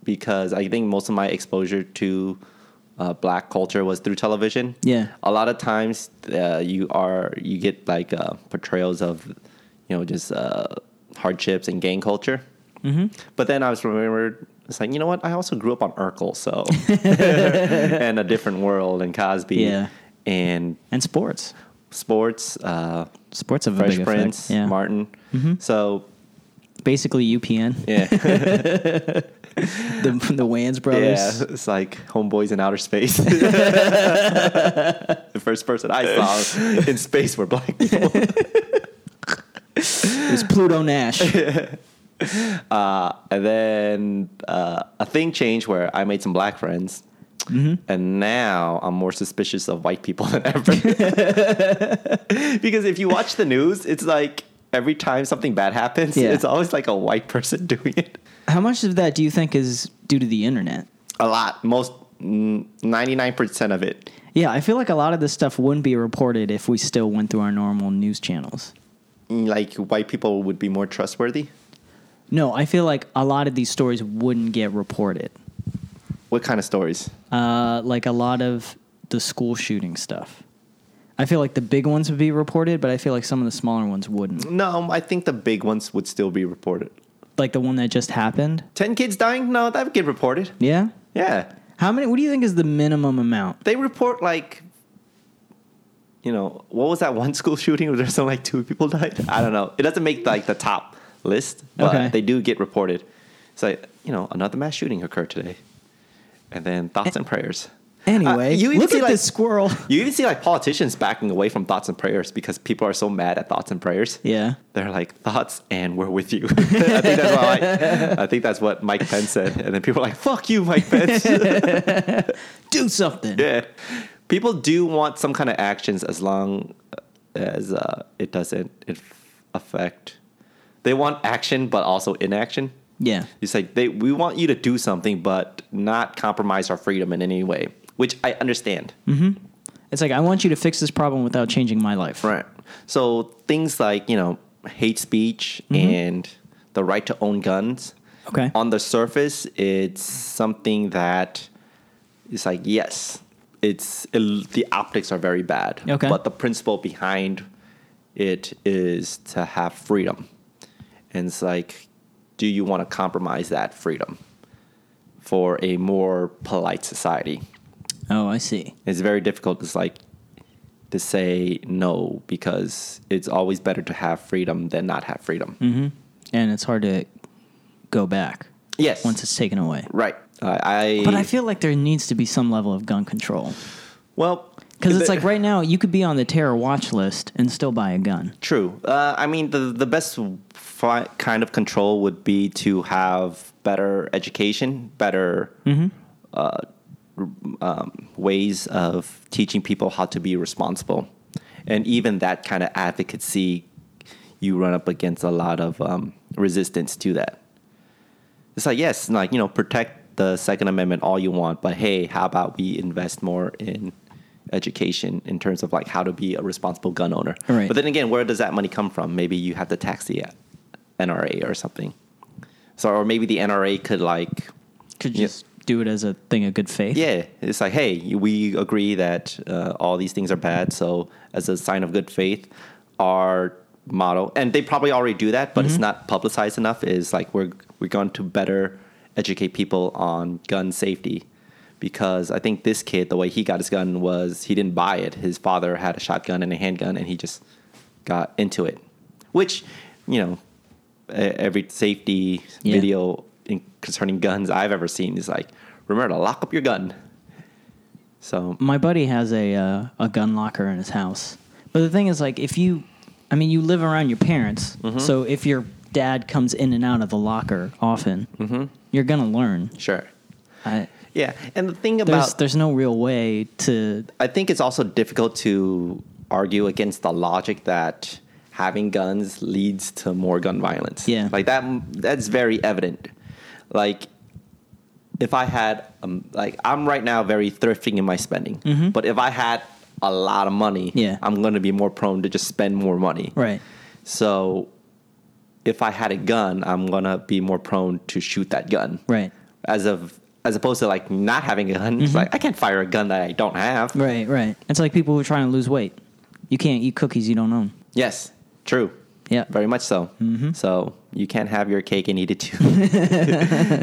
S1: because I think most of my exposure to uh, black culture was through television.
S2: Yeah.
S1: a lot of times uh, you are you get like uh, portrayals of you know just uh, hardships and gang culture. Mm-hmm. But then I was remembered. It's like you know what? I also grew up on Urkel, so and a different world and Cosby,
S2: Yeah.
S1: and
S2: And sports.
S1: sports, uh,
S2: Sports have a
S1: Fresh
S2: big
S1: Prince,
S2: effect. Yeah. Mm-hmm.
S1: Martin. So
S2: Basically UPN.
S1: yeah,
S2: The, the Wayans
S1: yeah,
S2: brothers.
S1: it's like Homeboys in Outer Space. the first person I saw in space were black people.
S2: It was Pluto Nash.
S1: Uh, and then uh, a thing changed where I made some black friends.
S2: Mm-hmm.
S1: And now I'm more suspicious of white people than ever. because if you watch the news, it's like every time something bad happens,
S2: Yeah.
S1: it's always like a white person doing it.
S2: How much of that do you think is due to the internet?
S1: A lot, most ninety nine percent of it.
S2: Yeah, I feel like a lot of this stuff wouldn't be reported if we still went through our normal news channels.
S1: Like white people would be more trustworthy.
S2: No, I feel like a lot of these stories wouldn't get reported.
S1: What kind of stories?
S2: Uh, like a lot of the school shooting stuff. I feel like the big ones would be reported, but I feel like some of the smaller ones wouldn't.
S1: No, I think the big ones would still be reported.
S2: Like the one that just happened.
S1: Ten kids dying? No, that would get reported.
S2: Yeah.
S1: Yeah,
S2: How many? What do you think is the minimum amount?
S1: they report like. You know what was that one school shooting where there's only like two people died? I don't know. It doesn't make like the top list, but
S2: Okay.
S1: they do get reported. It's like you know another mass shooting occurred today, and then thoughts and prayers.
S2: Anyway,
S1: Uh, you even
S2: look
S1: see,
S2: at
S1: like-
S2: this squirrel.
S1: You even see like politicians backing away from thoughts and prayers because people are so mad at thoughts and prayers.
S2: Yeah.
S1: They're like thoughts and we're with you. I think that's what Mike, I think that's what Mike Pence said, and then people are like, "Fuck you, Mike Pence."
S2: Do something.
S1: yeah, people do want some kind of actions as long as uh, it doesn't inf- affect. They want action, but also inaction.
S2: Yeah.
S1: It's like they we want you to do something, but not compromise our freedom in any way, which I understand.
S2: It's like I want you to fix this problem without changing my life.
S1: Right. So things like, you know, hate speech and the right to own guns.
S2: Okay.
S1: On the surface, it's something that it's like, yes, it's it, the optics are very bad.
S2: Okay.
S1: But the principle behind it is to have freedom. And it's like, do you want to compromise that freedom for a more polite society?
S2: Oh, I see.
S1: it's very difficult to like to say no because it's always better to have freedom than not have freedom.
S2: Mm-hmm. And it's hard to go back
S1: Yes,
S2: once it's taken away.
S1: right. I, I
S2: But I feel like there needs to be some level of gun control.
S1: well
S2: Because it's
S1: the-
S2: like right now, you could be on the terror watch list and still buy a gun.
S1: true. Uh, I mean, the the best fi- kind of control would be to have better education, better uh, r- um, ways of teaching people how to be responsible, and even that kind of advocacy, you run up against a lot of um, resistance to that. It's like yes, like you know, protect the Second Amendment all you want, but hey, how about we invest more in education in terms of like how to be a responsible gun owner?
S2: Right.
S1: But then again, where does that money come from? Maybe you have to tax the NRA or something. So, or maybe the NRA could like,
S2: Could
S1: Yeah.
S2: just do it as a thing of good faith.
S1: yeah, it's like, hey, we agree that uh, all these things are bad. So, as a sign of good faith, our motto, and they probably already do that, but it's not publicized enough. Is like we're we're going to better educate people on gun safety because I think this kid, the way he got his gun was he didn't buy it. His father had a shotgun and a handgun, and he just got into it, which you know e- every safety
S2: Yeah.
S1: video in, concerning guns I've ever seen is like, remember to lock up your gun. So mm,
S2: My buddy has a uh, a gun locker in his house. But the thing is, like, if you, I mean, you live around your parents,
S1: Mm-hmm.
S2: so if your dad comes in and out of the locker often,
S1: Mm-hmm.
S2: you're gonna learn.
S1: sure,
S2: I,
S1: yeah. And the thing
S2: there's
S1: about
S2: there's no real way to.
S1: I think it's also difficult to argue against the logic that having guns leads to more gun violence.
S2: Yeah.
S1: like that. That's very evident. Like if I had, um, like, I'm right now very thrifting in my spending. But if I had a lot of money,
S2: Mm-hmm. Yeah.
S1: I'm going to be more prone to just spend more money.
S2: Right.
S1: So if I had a gun, I'm going to be more prone to shoot that gun.
S2: Right. Mm-hmm.
S1: As of as opposed to like not having a gun, it's like I can't fire a gun that I don't have.
S2: Right. Right. It's like people who are trying to lose weight. You can't eat cookies you don't own.
S1: Yes, true.
S2: Yeah. Mm-hmm.
S1: Very much so. So you can't have your cake and eat it too. it's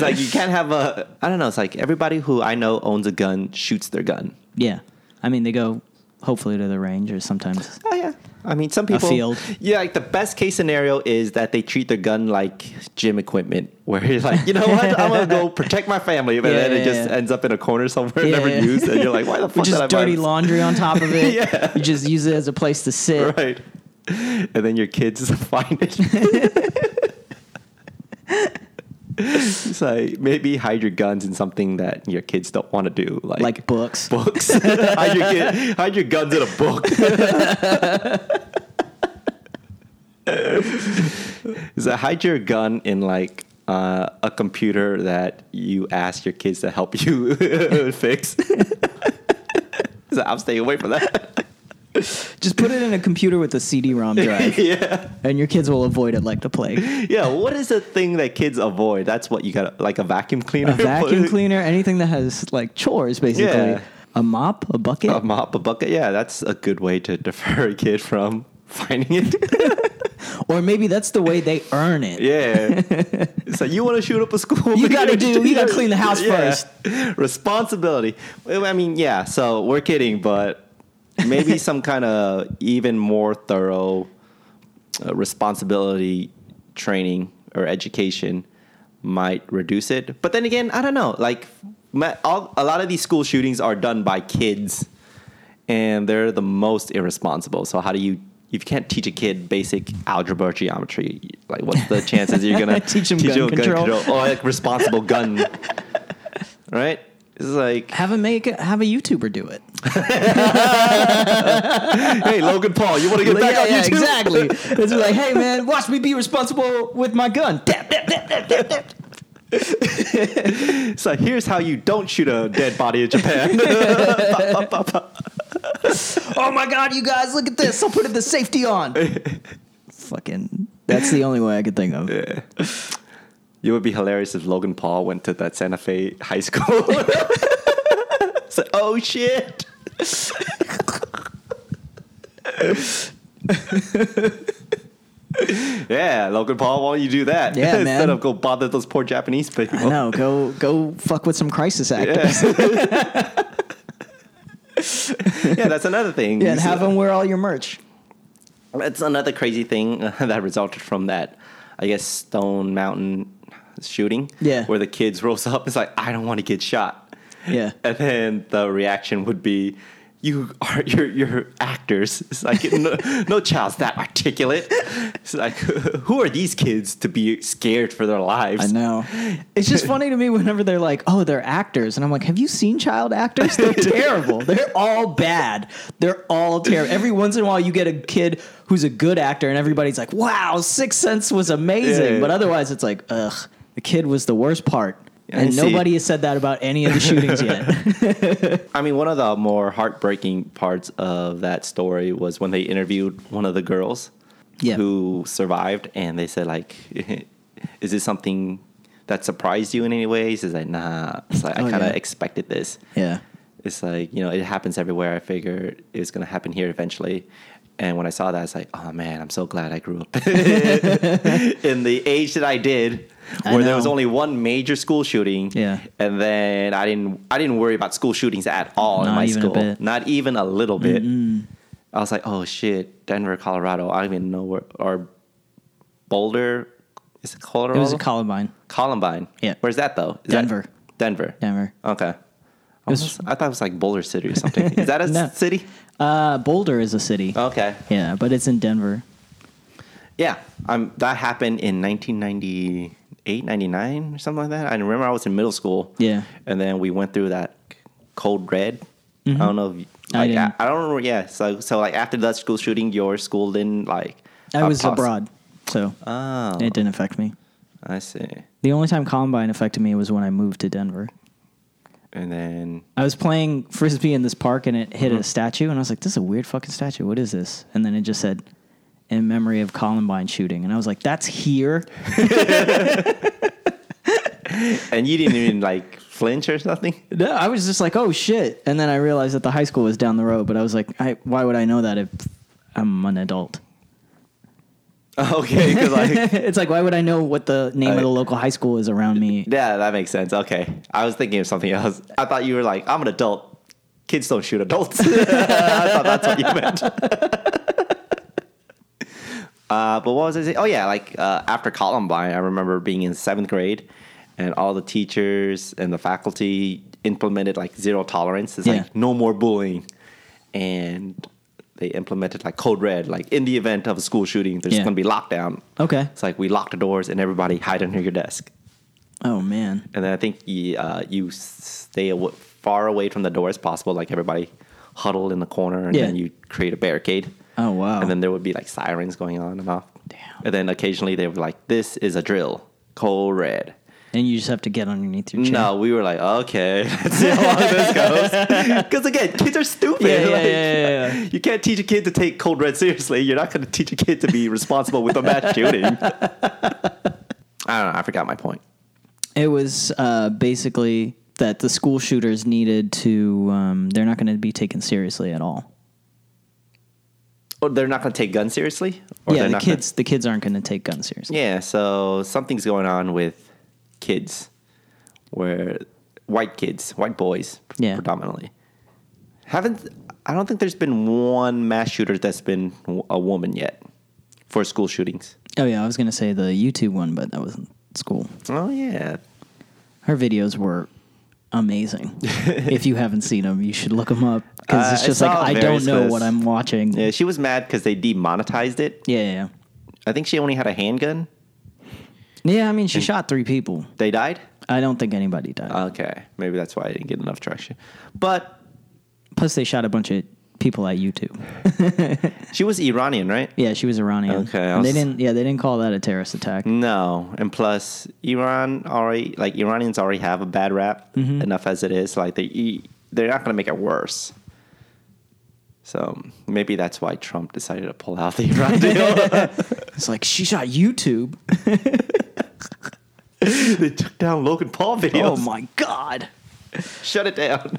S1: like you can't have a. I don't know. It's like everybody who I know owns a gun shoots their gun.
S2: Yeah. I mean, they go hopefully to the range or sometimes.
S1: Oh yeah. I mean, some people.
S2: field.
S1: Yeah, like the best case scenario is that they treat their gun like gym equipment, where you're like, you know what, I'm gonna go protect my family, but
S2: Yeah,
S1: then it
S2: yeah,
S1: just
S2: yeah.
S1: ends up in a corner somewhere
S2: Yeah,
S1: never
S2: yeah.
S1: used, and you're like, why the fuck
S2: Which
S1: did I
S2: is
S1: buy
S2: dirty
S1: this?
S2: laundry on top of it.
S1: Yeah.
S2: You just use it as a place to sit.
S1: right? And then your kids find it. it's like maybe hide your guns in something that your kids don't want to do, like,
S2: Like books.
S1: books. hide, your kid, hide your guns in a book. Is that hide your gun in like uh, a computer that you ask your kids to help you fix. so I'm staying away from that.
S2: Just put it in a computer with a CD-ROM drive,
S1: yeah.
S2: and your kids will avoid it like the plague.
S1: Yeah. What is the thing that kids avoid? That's what you got, like a vacuum cleaner.
S2: A vacuum cleaner, anything that has like chores, basically.
S1: Yeah. Um,
S2: A mop, a bucket.
S1: A mop, a bucket. Yeah, that's a good way to defer a kid from finding it.
S2: Or maybe that's the way they earn it.
S1: Yeah. so you want to shoot up a school?
S2: You gotta do- you gotta clean the house first.
S1: Responsibility. Well, I mean, yeah. So we're kidding, but maybe some kind of even more thorough uh, responsibility training or education might reduce it. But then again, I don't know. Like, ma- all, a lot of these school shootings are done by kids, and they're the most irresponsible. So how do you? If you can't teach a kid basic algebra, geometry, like what's the chances you're gonna
S2: Teach 'em gun control.
S1: or like responsible gun? right? It's like,
S2: Have a make have a YouTuber do it.
S1: hey, Logan Paul, "Oh, you want to get back
S2: yeah,
S1: on
S2: yeah,
S1: YouTube?
S2: exactly. It's like, hey man, watch me be responsible with my gun. Dap, dap, dap, dap, dap, dap.
S1: So here's how you don't shoot a dead body in Japan.
S2: Oh my god, you guys, look at this. I'll put it the safety on. Fucking that's the only way I could think of.
S1: It would be hilarious if Logan Paul went to that Santa Fe high school. so, oh shit. yeah, Logan Paul, why don't you do that?
S2: Yeah,
S1: Instead
S2: man.
S1: of go bother those poor Japanese people.
S2: I know. Go go fuck with some crisis actors.
S1: Yeah, that's another thing.
S2: Yeah, and have them wear all your merch.
S1: That's another crazy thing uh, that resulted from that, I guess, Stone Mountain shooting.
S2: Yeah.
S1: Where the kids rose up. It's like, I don't want to get shot.
S2: Yeah.
S1: And then the reaction would be, you are you're, you're actors. It's like no, no child's that articulate. It's like who are these kids to be scared for their lives?
S2: I know. It's just funny to me whenever they're like, "Oh, they're actors," and I'm like, "Have you seen child actors? They're terrible. They're all bad. They're all terrible." Every once in a while, you get a kid who's a good actor, and everybody's like, "Wow, Sixth Sense was amazing,"
S1: Yeah.
S2: but otherwise, it's like, "Ugh, the kid was the worst part."
S1: I
S2: And
S1: see.
S2: nobody has said that about any of the shootings yet.
S1: I mean, one of the more heartbreaking parts of that story was when they interviewed one of the girls
S2: Yeah.
S1: who survived, and they said, like, is this something that surprised you in any way? She's like, nah. It's like, I
S2: Oh,
S1: kind of
S2: yeah.
S1: expected this.
S2: yeah.
S1: It's like, you know, it happens everywhere. I figure it's going to happen here eventually. And when I saw that, I was like, oh man, I'm so glad I grew up in the age that I did,
S2: I
S1: where there was
S2: know.
S1: only one major school shooting.
S2: Yeah.
S1: And then I didn't I didn't worry about school shootings at all in
S2: Not
S1: my
S2: even a
S1: school.
S2: bit.
S1: Not even a little bit. I was like, oh shit, Denver, Colorado. I don't even know where or Boulder. Is it Colorado?
S2: It was a Columbine,
S1: Columbine.
S2: Yeah.
S1: Where's that though? Is
S2: Denver.
S1: That Denver.
S2: Denver.
S1: Okay. I, was, I thought it was like Boulder City or something. Is that a
S2: No.
S1: city?
S2: Uh, Boulder is a city.
S1: Okay.
S2: Yeah, but it's in Denver.
S1: Yeah. Um, that happened in 1998, 99 or something like that. I remember I was in middle school.
S2: Yeah.
S1: And then we went through that cold red. I don't know. If,
S2: Mm-hmm. I
S1: like,
S2: didn't.
S1: I, don't remember. Yeah. So, so like after that school shooting, your school didn't like.
S2: I
S1: uh,
S2: was
S1: pos-
S2: abroad, so
S1: Oh.
S2: it didn't affect me.
S1: I see.
S2: The only time Columbine affected me was when I moved to Denver.
S1: And then
S2: I was playing frisbee in this park and it
S1: Mm-hmm.
S2: hit a statue, and I was like, "This is a weird fucking statue. What is this?" And then it just said, "In memory of Columbine shooting," and I was like, "That's here."
S1: and you didn't even like flinch or something.
S2: No, I was just like, "Oh shit!" And then I realized that the high school was down the road, but I was like, I, "Why would I know that if I'm an adult?"
S1: Okay, because like
S2: it's like, why would I know what the name
S1: I-
S2: of the local high school is around me?
S1: Yeah, that makes sense. Okay. I was thinking of something else. I thought you were like, I'm an adult. Kids don't shoot adults. I thought that's what you meant. uh, but what was I saying? Oh, yeah. Like uh, after Columbine, I remember being in seventh grade and all the teachers and the faculty implemented like zero tolerance. It's
S2: Yeah.
S1: like no more bullying. And they implemented like code red. Like in the event of a school shooting, there's
S2: Yeah.
S1: going to be lockdown.
S2: Okay.
S1: It's like we lock the doors and everybody hide under your desk.
S2: Oh man.
S1: And then I think you, uh, you stay aw- far away from the door as possible, like everybody huddled in the corner, and
S2: Yeah.
S1: then you create a barricade.
S2: Oh wow.
S1: And then there would be like sirens going on and off.
S2: Damn.
S1: And then occasionally they were like, "This is a drill. Cole Red.
S2: And you just have to get underneath your chair.
S1: No, we were like, okay, let's see how long this goes. Because again, kids are stupid.
S2: Yeah, yeah,
S1: Like,
S2: yeah, yeah, yeah.
S1: You can't teach a kid to take cold red seriously. You're not going to teach a kid to be responsible with a mass shooting. I don't know. I forgot my point.
S2: It was uh, basically that the school shooters needed to, um, they're not going to be taken seriously at all.
S1: Oh, they're not going to take guns seriously. Or
S2: yeah,
S1: they're
S2: the
S1: not gonna-
S2: kids, the kids aren't going to take guns seriously.
S1: yeah, so something's going on with kids, where white kids, white boys,
S2: Yeah.
S1: predominantly. Haven't I don't think there's been one mass shooter that's been a woman yet for school shootings.
S2: Oh yeah, I was going to say the YouTube one, but that wasn't school.
S1: Oh yeah,
S2: Her videos were amazing. if you haven't seen them, you should look them up
S1: Uh,
S2: because it's
S1: I
S2: just like
S1: saw
S2: I don't
S1: various
S2: know
S1: clips.
S2: what I'm watching.
S1: yeah. She was mad because they demonetized it.
S2: Yeah, yeah, yeah.
S1: I think she only had a handgun.
S2: Yeah, I mean, she shot three people.
S1: They died.
S2: I don't think anybody died.
S1: Okay, maybe that's why I didn't get enough traction. But
S2: Plus, they shot a bunch of people at YouTube.
S1: she was Iranian, right?
S2: Yeah, she was Iranian.
S1: Okay, I
S2: And they
S1: was-
S2: didn't. Yeah, they didn't call that a terrorist attack.
S1: No, and plus Iran already like Iranians already have a bad rap
S2: Mm-hmm.
S1: enough as it is. Like they e, they're not going to make it worse. So maybe that's why Trump decided to pull out the Iran deal.
S2: It's like she shot YouTube.
S1: they took down Logan Paul
S2: Oh
S1: videos.
S2: my god.
S1: Shut it down.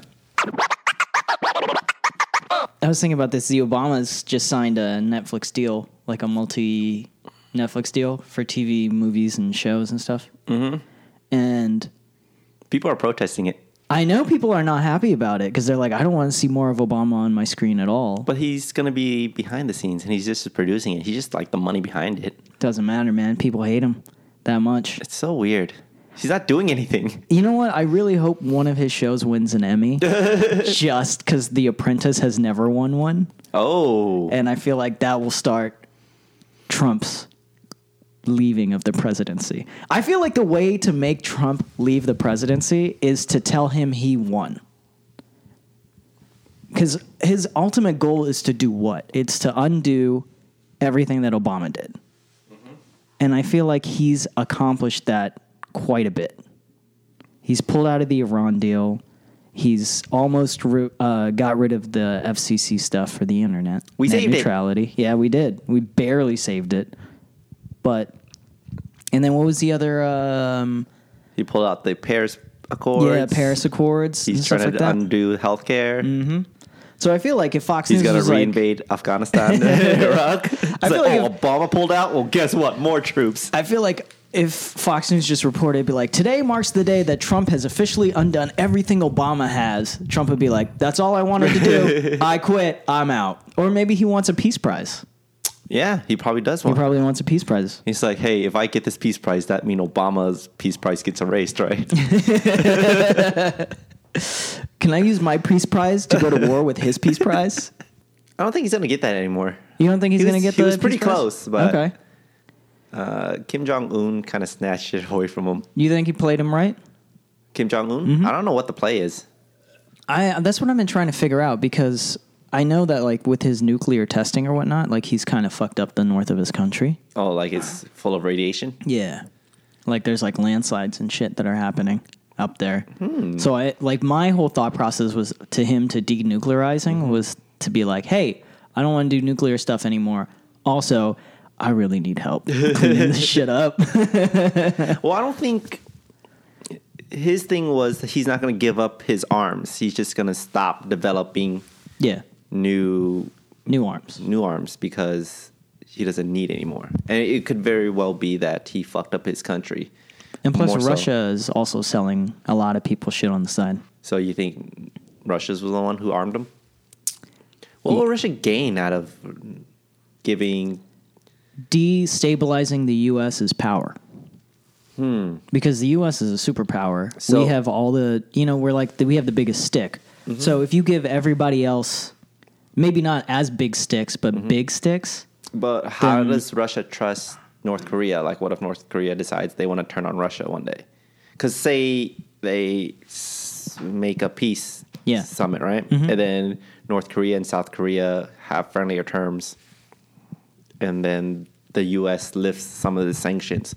S2: I was thinking about this. The Obamas just signed a Netflix deal, like a multi Netflix deal for TV, movies, and shows and stuff. Mm-hmm. And
S1: People are protesting it,
S2: I know people are not happy about it because they're like, I don't want to see more of Obama on my screen at all.
S1: but he's going to be behind the scenes and he's just producing it. He just like the money behind it.
S2: Doesn't matter, man. People hate him that much.
S1: It's so weird. She's not doing anything.
S2: You know what? I really hope one of his shows wins an Emmy just because The Apprentice has never won one.
S1: Oh,
S2: And I feel like that will start Trump's leaving of the presidency. I feel like the way to make Trump leave the presidency is to tell him he won. Because his ultimate goal is to do what? It's to undo everything that Obama did.
S1: Mm-hmm.
S2: And I feel like he's accomplished that quite a bit. He's pulled out of the Iran deal. He's almost ru- uh, got rid of the FCC stuff for the internet.
S1: We
S2: Net
S1: saved it.
S2: neutrality. Yeah, we did. We barely saved it. But and then what was the other? Um,
S1: he pulled out the Paris Accords.
S2: yeah, Paris Accords. and
S1: He's
S2: stuff
S1: trying to
S2: like that. Mm-hmm.
S1: undo healthcare.
S2: so I feel like if Fox
S1: He's
S2: News
S1: going to
S2: was like,
S1: reinvade Afghanistan and Iraq. It's
S2: I feel
S1: like,
S2: like
S1: oh,
S2: if-
S1: Obama pulled out? Well, guess what? More troops.
S2: I feel like if Fox News just reported, it'd be like, today marks the day that Trump has officially undone everything Obama has. Trump would be like, that's all I wanted to do. I quit. I'm out. Or maybe he wants a peace prize.
S1: Yeah, he probably does
S2: He
S1: one.
S2: probably wants a peace prize.
S1: He's like, hey, if I get this peace prize, that mean Obama's peace prize gets erased, right?
S2: Can I use my peace prize to go to war with his peace prize?
S1: I don't think he's going to get that anymore.
S2: You don't think he's
S1: He was-
S2: going to get
S1: he
S2: the
S1: was pretty
S2: peace prize?
S1: close, but-
S2: Okay.
S1: Uh, Kim Jong Un kind of snatched it away from him.
S2: You think he played him right?
S1: Kim Jong Un?
S2: Mm-hmm.
S1: I don't know what the play is.
S2: I that's what I've been trying to figure out because I know that like with his nuclear testing or whatnot, like he's kind of fucked up the north of his country.
S1: Oh, like it's full of radiation?
S2: Yeah. Like there's like landslides and shit that are happening up there.
S1: Hmm.
S2: So I like my whole thought process was to him to denuclearizing
S1: Mm-hmm.
S2: was to be like, hey, I don't want to do nuclear stuff anymore. Also, I really need help cleaning this shit up.
S1: Well, I don't think his thing was that he's not going to give up his arms. He's just going to stop developing
S2: yeah.
S1: new
S2: New arms.
S1: new arms because he doesn't need anymore. And it could very well be that he fucked up his country.
S2: And plus
S1: More so.
S2: Russia is also selling a lot of people shit on the side.
S1: So you think Russia's was the one who armed him? What will Russia gain out of giving?
S2: destabilizing the U.S.'s power. Because the U.S. is a superpower.
S1: So-
S2: we have all the, you know, we're like, the, we have the biggest stick. So if you give everybody else, maybe not as big sticks, but big sticks,
S1: But how
S2: Then-
S1: does Russia trust North Korea? Like, what if North Korea decides they want to turn on Russia one day? Because say they s- make a peace
S2: Yeah. Mm-hmm.
S1: summit, right? And then North Korea and South Korea have friendlier terms, and then the U.S. lifts some of the sanctions.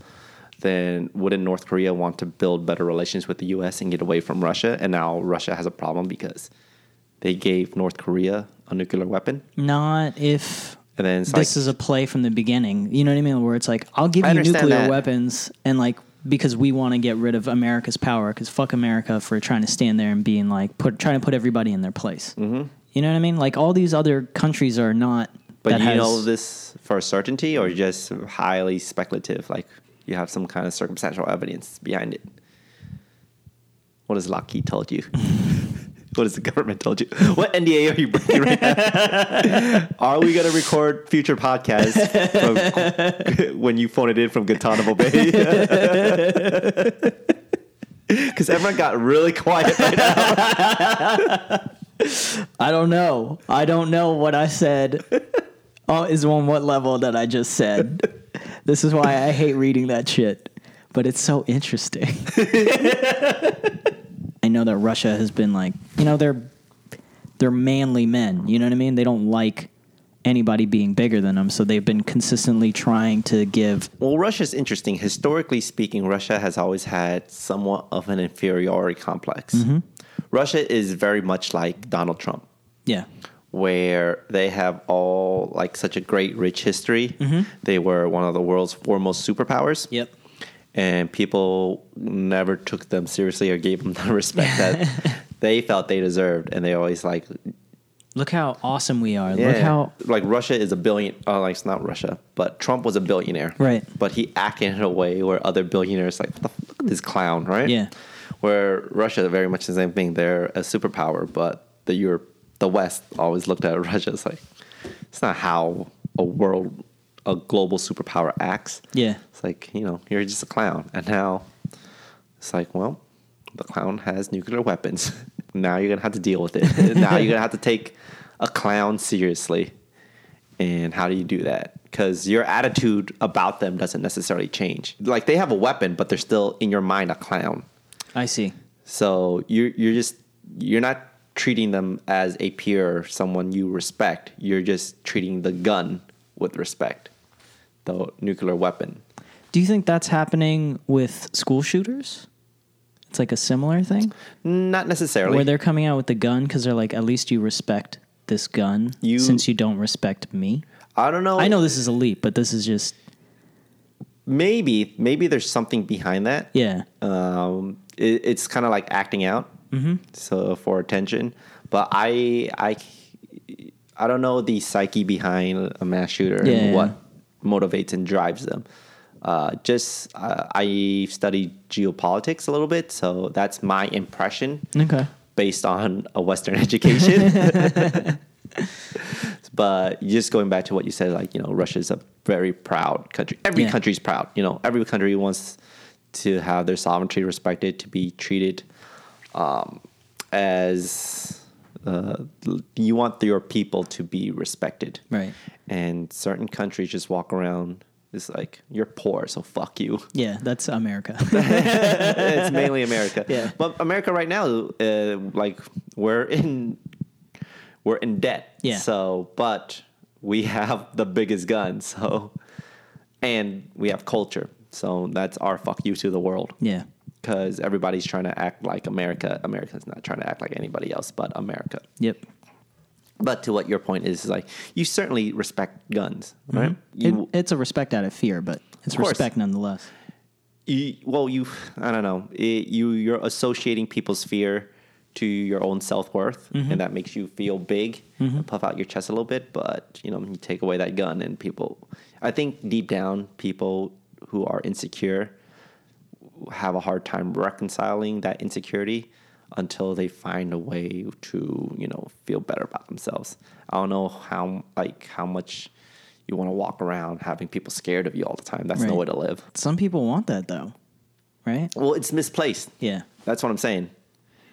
S1: then wouldn't North Korea want to build better relations with the U.S. and get away from Russia? And now Russia has a problem because they gave North Korea a nuclear weapon.
S2: Not if
S1: And then it's
S2: this
S1: like-
S2: is a play from the beginning. You know what I mean? Where it's like, I'll give
S1: I
S2: you
S1: understand
S2: nuclear
S1: that.
S2: weapons and like because we want to get rid of America's power because fuck America for trying to stand there and being like put trying to put everybody in their place. Mm-hmm. You know what I mean? Like all these other countries are not.
S1: But
S2: that
S1: you
S2: has-
S1: know this for certainty, or just highly speculative? Like you have some kind of circumstantial evidence behind it. What has Lockheed told you? what has the government told you? What NDA are you breaking? Right now? are we going to record future podcasts from, when you phone it in from Guantanamo Bay? Because everyone got really quiet right now.
S2: I don't know. I don't know what I said. oh, is on what level that I just said. this is why I hate reading that shit. But it's so interesting. I know that Russia has been like, you know, they're they're manly men. You know what I mean? They don't like anybody being bigger than them, so they've been consistently trying to give
S1: Well, Russia's interesting. Historically speaking, Russia has always had somewhat of an inferiority complex. Russia is very much like Donald Trump,
S2: yeah.
S1: where they have all like such a great rich history. They were one of the world's foremost superpowers.
S2: Yep.
S1: And people never took them seriously or gave them the respect that they felt they deserved. And they always like
S2: Look how awesome we are.
S1: yeah.
S2: Look how
S1: like Russia is a billion. Oh, like it's not Russia, but Trump was a billionaire,
S2: Right.
S1: But he acted in a way where other billionaires like what the, f- look at this clown, right?
S2: Yeah.
S1: Where Russia very much the same thing. They're a superpower, but the Europe, the West always looked at Russia as like it's not how a world, a global superpower acts.
S2: Yeah.
S1: It's like you know you're just a clown, and now it's like well, the clown has nuclear weapons. now you're gonna have to deal with it. now you're gonna have to take a clown seriously. And how do you do that? Because your attitude about them doesn't necessarily change. Like they have a weapon, but they're still in your mind a clown.
S2: I see.
S1: So you're you're just you're not treating them as a peer, someone you respect. You're just treating the gun with respect, the nuclear weapon.
S2: Do you think that's happening with school shooters? It's like a similar thing
S1: Not necessarily.
S2: where they're coming out with the gun because they're like, at least you respect this gun
S1: You- Oh.
S2: since you don't respect me.
S1: I don't know.
S2: I know this is a leap, but this is just,
S1: Maybe maybe there's something behind that.
S2: yeah.
S1: um, it, it's kind of like acting out
S2: Mm-hmm.
S1: so for attention but i i i don't know the psyche behind a mass shooter
S2: Yeah, yeah.
S1: and what motivates and drives them uh, just uh, i studied geopolitics a little bit so that's my impression
S2: Okay.
S1: based on a western education but just going back to what you said like you know russia's a very proud country every
S2: Yeah.
S1: country's proud you know every country wants to have their sovereignty respected to be treated um, as uh, you want your people to be respected
S2: Right.
S1: and certain countries just walk around it's like you're poor so fuck you
S2: Yeah, that's America.
S1: it's mainly America.
S2: Yeah.
S1: But America right now, uh, like we're in, we're in debt.
S2: Yeah.
S1: So, but we have the biggest gun. So, and we have culture. So that's our fuck you to the world.
S2: yeah.
S1: Because everybody's trying to act like America. America's not trying to act like anybody else, but America.
S2: Yep.
S1: But to what your point is, is like you certainly respect guns, right?
S2: It,
S1: You,
S2: it's a respect out of fear, but it's
S1: Of course.
S2: respect nonetheless.
S1: you, well, you, I don't know, it, you, you're associating people's fear to your own self worth, and that makes you feel big and puff out your chest a little bit. But you know, you take away that gun, and people, I think deep down, people who are insecure have a hard time reconciling that insecurity until they find a way to you know feel better about themselves. I don't know how like how much you want to walk around having people scared of you all the time. That's no
S2: Right.
S1: way to live.
S2: Some people want that though, right?
S1: Well, it's misplaced.
S2: Yeah.
S1: That's what I'm saying.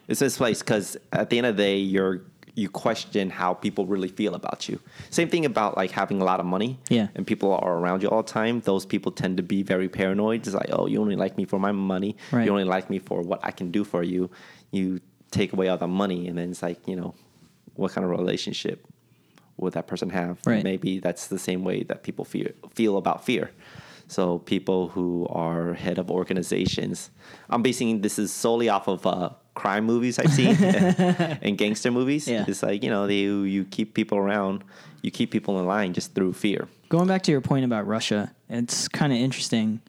S1: It's misplaced because at the end of the day, you're you question how people really feel about you. Same thing about like having a lot of money.
S2: Yeah.
S1: And people are around you all the time. Those people tend to be very paranoid. It's like, oh, you only like me for my money.
S2: Right.
S1: You only like me for what I can do for you. You take away all the money, and then it's like, you know, what kind of relationship would that person have?
S2: Right.
S1: Maybe that's the same way that people fear feel about fear. So people who are head of organizations. I'm basing this is solely off of uh, crime movies I've seen and gangster movies.
S2: Yeah.
S1: It's like you know they you keep people around, you keep people in line just through fear.
S2: Going back to your point about Russia, it's kind of interesting.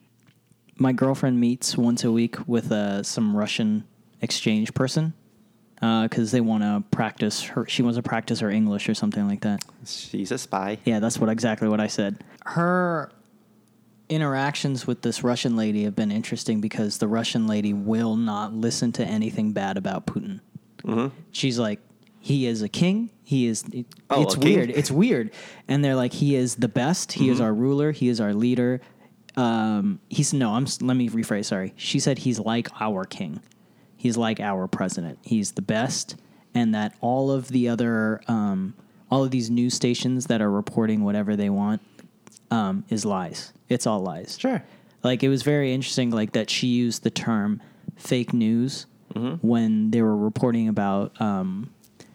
S2: My girlfriend meets once a week with uh, some Russian exchange person because they want to practice her. She wants to practice her English or something like that.
S1: She's a spy.
S2: Yeah, that's what exactly what I said. Her interactions with this Russian lady have been interesting because the Russian lady will not listen to anything bad about Putin. She's like, he is a king. He is. it-
S1: Oh,
S2: it's
S1: a king? Mm-hmm.
S2: weird. It's weird. And they're like, he is the best. He is our ruler. He is our leader. Um, he's no. I'm. s- Let me rephrase. Sorry. She said he's like our king. He's like our president. He's the best, and that all of the other, um, all of these news stations that are reporting whatever they want, um, is lies. It's all lies.
S1: Sure.
S2: Like it was very interesting, like that she used the term fake news when they were reporting about. Um,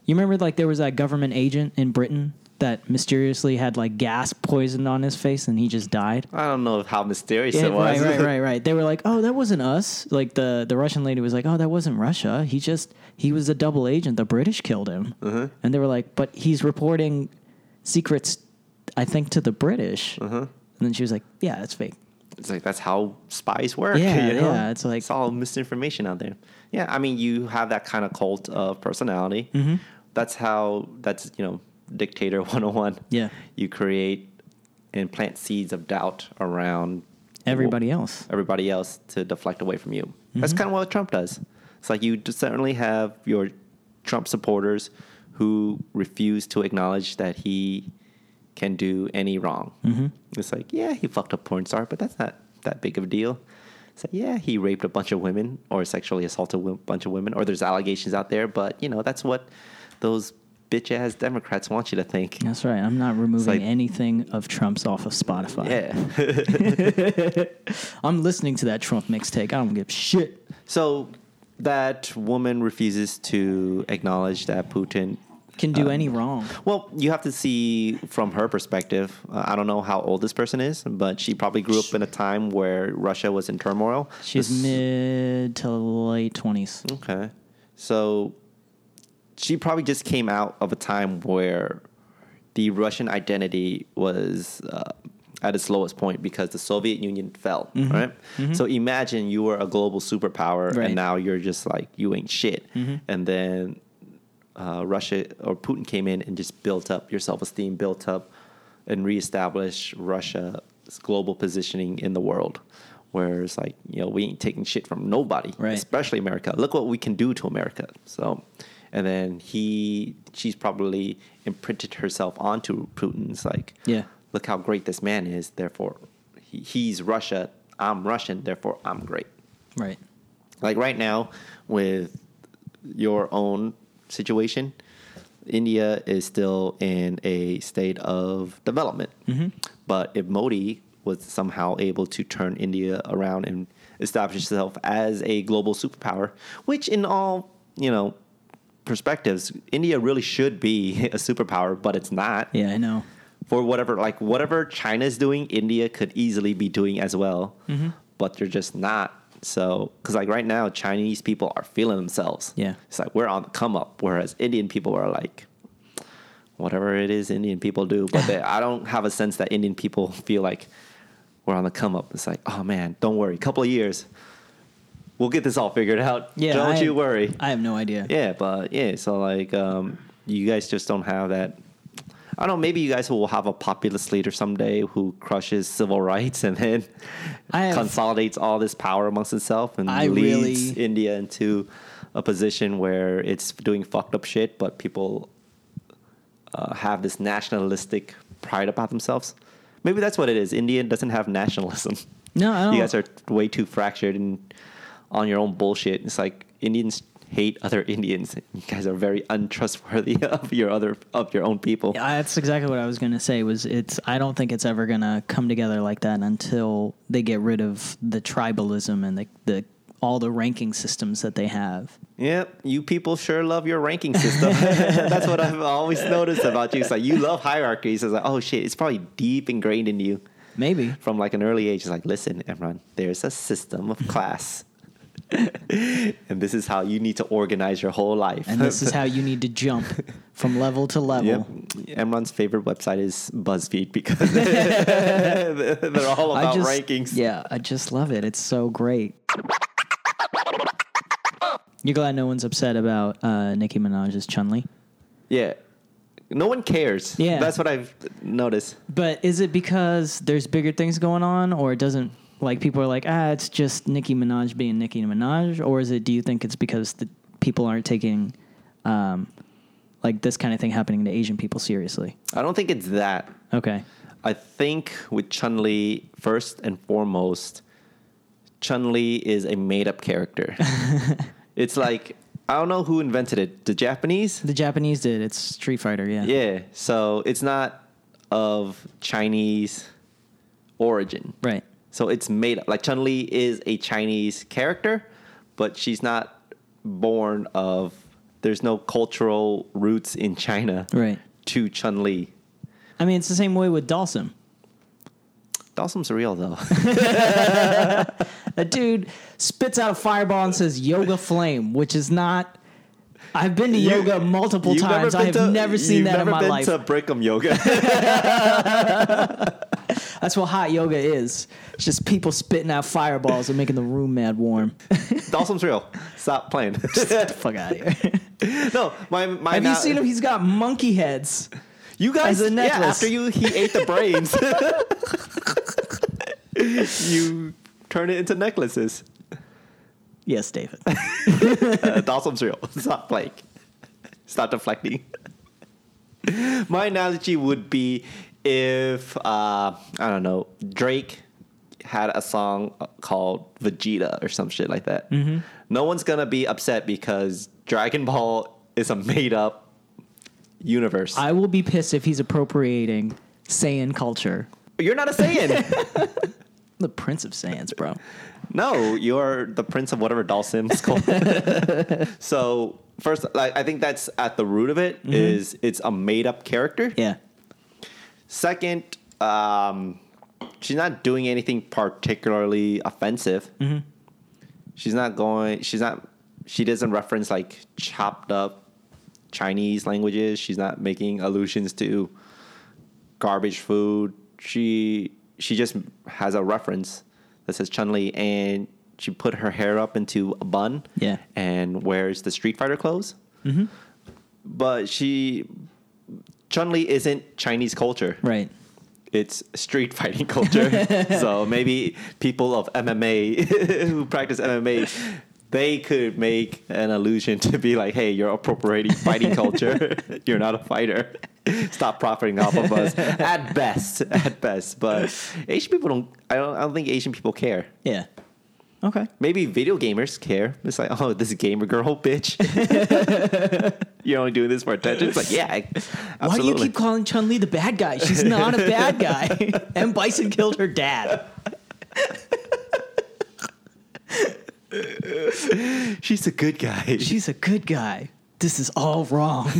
S2: you remember, like there was that government agent in Britain that mysteriously had like gas poisoned on his face and he just died.
S1: I don't know how mysterious
S2: Yeah,
S1: it was.
S2: right, right, right, right. They were like, "Oh, that wasn't us." Like the the Russian lady was like, "Oh, that wasn't Russia. He just he was a double agent. The British killed him."
S1: Mm-hmm.
S2: And they were like, "But he's reporting secrets, I think, to the British."
S1: Mm-hmm.
S2: And then she was like, "Yeah, it's fake."
S1: It's like that's how spies work.
S2: Yeah,
S1: you know?
S2: yeah, it's like-
S1: it's all misinformation out there. Yeah, I mean, you have that kind of cult of personality.
S2: Mm-hmm.
S1: That's how. That's you know, dictator one hundred and one.
S2: Yeah.
S1: you create and plant seeds of doubt around
S2: Everybody else.
S1: everybody else to deflect away from you. That's kind of what Trump does. It's like you d- certainly have your Trump supporters who refuse to acknowledge that he can do any wrong. It's like, yeah, he fucked a porn star, but that's not that big of a deal. It's like, yeah, he raped a bunch of women or sexually assaulted a wo- bunch of women, or there's allegations out there, but you know, that's what those bitch ass Democrats want you to think.
S2: That's right. I'm not removing
S1: like-
S2: anything of Trump's off of Spotify.
S1: Yeah.
S2: I'm listening to that Trump mixtape. I don't give a shit.
S1: So that woman refuses to acknowledge that Putin.
S2: Can
S1: Um,
S2: do any wrong.
S1: Well, you have to see from her perspective. Uh, I don't know how old this person is, but she probably grew up in a time where Russia was in turmoil.
S2: She's
S1: This-
S2: mid to late 20s.
S1: Okay. So she probably just came out of a time where the Russian identity was uh, at its lowest point because the Soviet Union fell,
S2: Mm-hmm.
S1: right? So imagine you were a global superpower
S2: Right. Mm-hmm.
S1: and now you're just like, you ain't shit. And then uh, Russia or Putin came in and just built up your self esteem, built up and reestablished Russia's global positioning in the world. Where it's like, you know, we ain't taking shit from nobody,
S2: Right.
S1: especially America. Look what we can do to America. So, and then he, she's probably imprinted herself onto Putin's like,
S2: Yeah.
S1: look how great this man is. Therefore, he, he's Russia. I'm Russian. Therefore, I'm great
S2: Right.
S1: like right now with your own situation india is still in a state of development but if modi was somehow able to turn india around and establish itself as a global superpower which in all you know perspectives india really should be a superpower but it's not
S2: Yeah, I know.
S1: for whatever like whatever China's doing, India could easily be doing as well.
S2: Mm-hmm.
S1: But they're just not. So, because like right now, Chinese people are feeling themselves.
S2: Yeah.
S1: it's like we're on the come up, whereas Indian people are like, whatever it is, Indian people do. But they, I don't have a sense that Indian people feel like we're on the come up. It's like, oh man, don't worry, couple of years, we'll get this all figured out.
S2: Yeah.
S1: don't
S2: I-
S1: you worry.
S2: I have no idea.
S1: Yeah, but yeah, so like um, you guys just don't have that. I don't know. Maybe you guys will have a populist leader someday who crushes civil rights and then
S2: I have-
S1: consolidates all this power amongst itself and
S2: I
S1: leads
S2: really-
S1: India into a position where it's doing fucked up shit, but people uh, have this nationalistic pride about themselves. Maybe that's what it is. India doesn't have nationalism.
S2: No, I don't.
S1: You guys are way too fractured and on your own bullshit. It's like Indians hate other Indians. You guys are very untrustworthy of your other of your own people.
S2: Yeah, that's exactly what I was going to say. Was it's? I don't think it's ever going to come together like that until they get rid of the tribalism and the, the all the ranking systems that they have.
S1: Yep, you people sure love your ranking system. That's what I've always noticed about you. It's like you love hierarchies. It's like, oh shit, it's probably deep ingrained in you.
S2: Maybe.
S1: from like an early age. It's like, listen, Emron, there's a system of class. and this is how you need to organize your whole life.
S2: And this is how you need to jump from level to level.
S1: Yep. Emron's favorite website is BuzzFeed because they're all about
S2: just,
S1: rankings.
S2: Yeah, I just love it. It's so great. You're glad no one's upset about uh, Nicki Minaj's Chun Li,
S1: Yeah. No one cares.
S2: Yeah.
S1: That's what I've noticed.
S2: but is it because there's bigger things going on, or it doesn't? Like people are like, ah, it's just Nicki Minaj being Nicki Minaj, or is it? Do you think it's because the people aren't taking, um, like this kind of thing happening to Asian people seriously?
S1: I don't think it's that.
S2: Okay,
S1: I think with Chun Li, first and foremost, Chun Li is a made up character. it's like, I don't know who invented it. The Japanese?
S2: the Japanese did. It's Street Fighter, yeah.
S1: Yeah. So it's not of Chinese origin.
S2: Right.
S1: So it's made up. Like Chun Li is a Chinese character, but she's not born of. There's no cultural roots in China
S2: Right.
S1: to Chun Li.
S2: I mean, it's the same way with Dalsum.
S1: Dawson's real though.
S2: A dude spits out a fireball and says yoga flame, which is not. I've been to
S1: You-
S2: yoga multiple
S1: You've
S2: times. I have
S1: been to-
S2: never seen
S1: you've
S2: that in
S1: never
S2: my
S1: been
S2: life.
S1: To Brigham yoga.
S2: That's what hot yoga is. It's just people spitting out fireballs and making the room mad warm.
S1: Dawson's real. Stop playing.
S2: Get the fuck out of here.
S1: no, my my.
S2: Have you
S1: now-
S2: seen him? He's got monkey heads.
S1: You guys,
S2: as a
S1: yeah.
S2: necklace?
S1: After you, he ate the brains. you turn it into necklaces.
S2: Yes, David.
S1: Uh, Dawson's real. Stop playing. Stop deflecting. My analogy would be if uh, I don't know Drake had a song called Vegeta or some shit like that.
S2: Mm-hmm.
S1: No one's gonna be upset because Dragon Ball is a made up universe.
S2: I will be pissed if he's appropriating Saiyan culture.
S1: You're not a Saiyan.
S2: The Prince of Saiyans, bro.
S1: no, you're the prince of whatever Dawson is called. so first, like I think that's at the root of it is it's a made up character.
S2: Mm-hmm. Yeah.
S1: Second, um, she's not doing anything particularly offensive. She's not going. She's not. She doesn't reference like chopped up Chinese languages. She's not making allusions to garbage food. She she just has a reference that says Chun Li, and she put her hair up into a bun.
S2: Yeah.
S1: and wears the Street Fighter clothes. But she Chun Li isn't Chinese culture.
S2: Right.
S1: It's street fighting culture. so maybe people of MMA who practice MMA, they could make an allusion to be like, hey, you're appropriating fighting culture. you're not a fighter. Stop profiting off of us. At best. At best. But Asian people don't I don't I don't think Asian people care.
S2: Yeah. Okay.
S1: Maybe video gamers care. It's like, oh, this gamer girl, bitch. You're only doing this for attention. It's like, yeah, I- absolutely.
S2: Why do you keep calling Chun Li the bad guy? She's not a bad guy. M. Bison killed her dad.
S1: She's a good guy.
S2: She's a good guy. This is all wrong.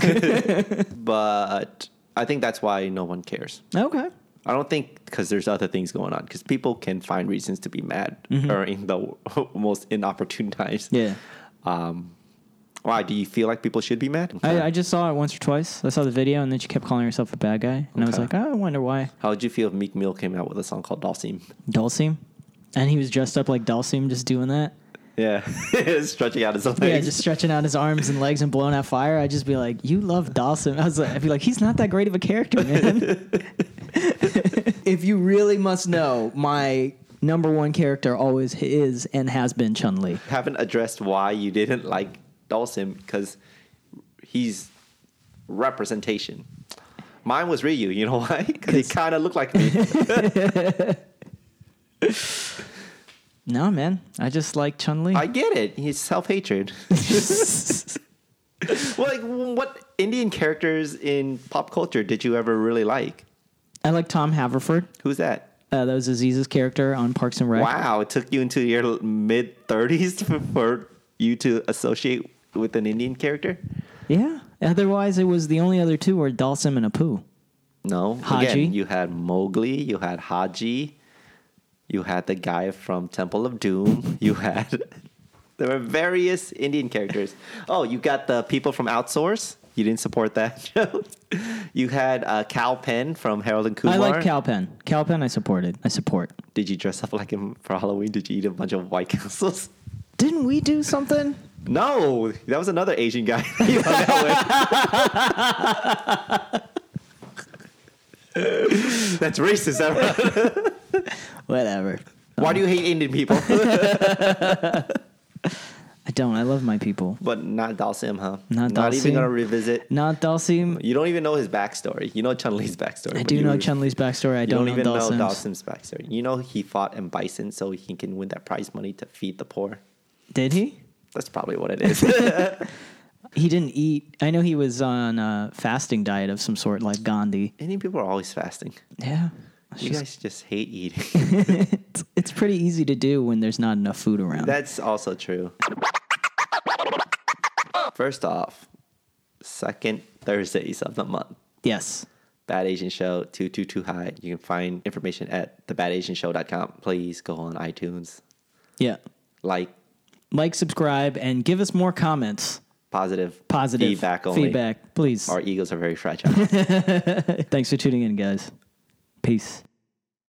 S1: but I think that's why no one cares.
S2: okay.
S1: I don't think because there's other things going on because people can find reasons to be mad during the most inopportune times.
S2: Mm-hmm. Yeah.
S1: Um, why do you feel like people should be mad?
S2: I, I just saw it once or twice. I saw the video and then she kept calling herself a bad guy. And I was
S1: Okay.
S2: like, oh, I wonder why.
S1: How would you feel if Meek Mill came out with a song called Dalsim?
S2: Dulcim. And he was dressed up like Dulcim just doing that.
S1: Yeah, stretching out his legs.
S2: Yeah, just stretching out his arms and legs and blowing out fire. I'd just be like, you love Dawson. I was like, I'd be like, he's not that great of a character, man. if you really must know, my number one character always is and has been Chun Li.
S1: haven't addressed why you didn't like Dawson because he's representation. Mine was Ryu. You know why? Because he kind of looked like me.
S2: No, man, I just like Chun Li.
S1: I get it. He's self hatred. well, like, what Indian characters in pop culture did you ever really like?
S2: I like Tom Haverford.
S1: Who's that?
S2: Uh, that was Aziz's character on Parks and Rec.
S1: Wow, it took you into your mid 30s for you to associate with an Indian character?
S2: Yeah. Otherwise, it was the only other two were Dawson and Apu.
S1: No.
S2: Haji?
S1: Again, you had Mowgli, you had Haji, you had the guy from Temple of Doom, you had. There were various Indian characters. Oh, you got the people from Outsource. You didn't support that show. you had uh, Cal Penn from Harold and Kumar.
S2: I like Calpen. Calpen, I supported. I support.
S1: Did you dress up like him for Halloween? Did you eat a bunch of White Castles?
S2: Didn't we do something?
S1: No, that was another Asian guy. you hung out with. That's racist. Everyone.
S2: Whatever.
S1: Why do you
S2: Uh,
S1: hate Indian people?
S2: I don't. I love my people.
S1: but not Dalsim, huh?
S2: Not
S1: even
S2: Dalsim.
S1: gonna revisit.
S2: Not Dalsim.
S1: You don't even know his backstory. You know Chun Li's backstory.
S2: I
S1: but
S2: do
S1: you-
S2: know Chun Li's backstory. I
S1: You don't,
S2: don't,
S1: even
S2: know
S1: know Dalsim's
S2: Dalsim's.
S1: backstory. You know he fought in bison so he can win that prize money to feed the poor.
S2: Did he?
S1: That's probably what it is.
S2: He didn't eat. I know he was on a fasting diet of some sort, like Gandhi.
S1: Indian people are always fasting.
S2: Yeah. It's,
S1: You
S2: just-
S1: guys just hate eating.
S2: it's, it's pretty easy to do when there's not enough food around.
S1: That's also true. First off, second Thursdays of the month.
S2: yes.
S1: Bad Asian Show 222 High. You can find information at thebadasianshow.com. Please go on iTunes,
S2: Yeah.
S1: like
S2: Like, subscribe, and give us more comments.
S1: positive,
S2: Positive
S1: feedback only.
S2: Feedback, please.
S1: Our egos are very fragile.
S2: Thanks for tuning in, guys. Peace.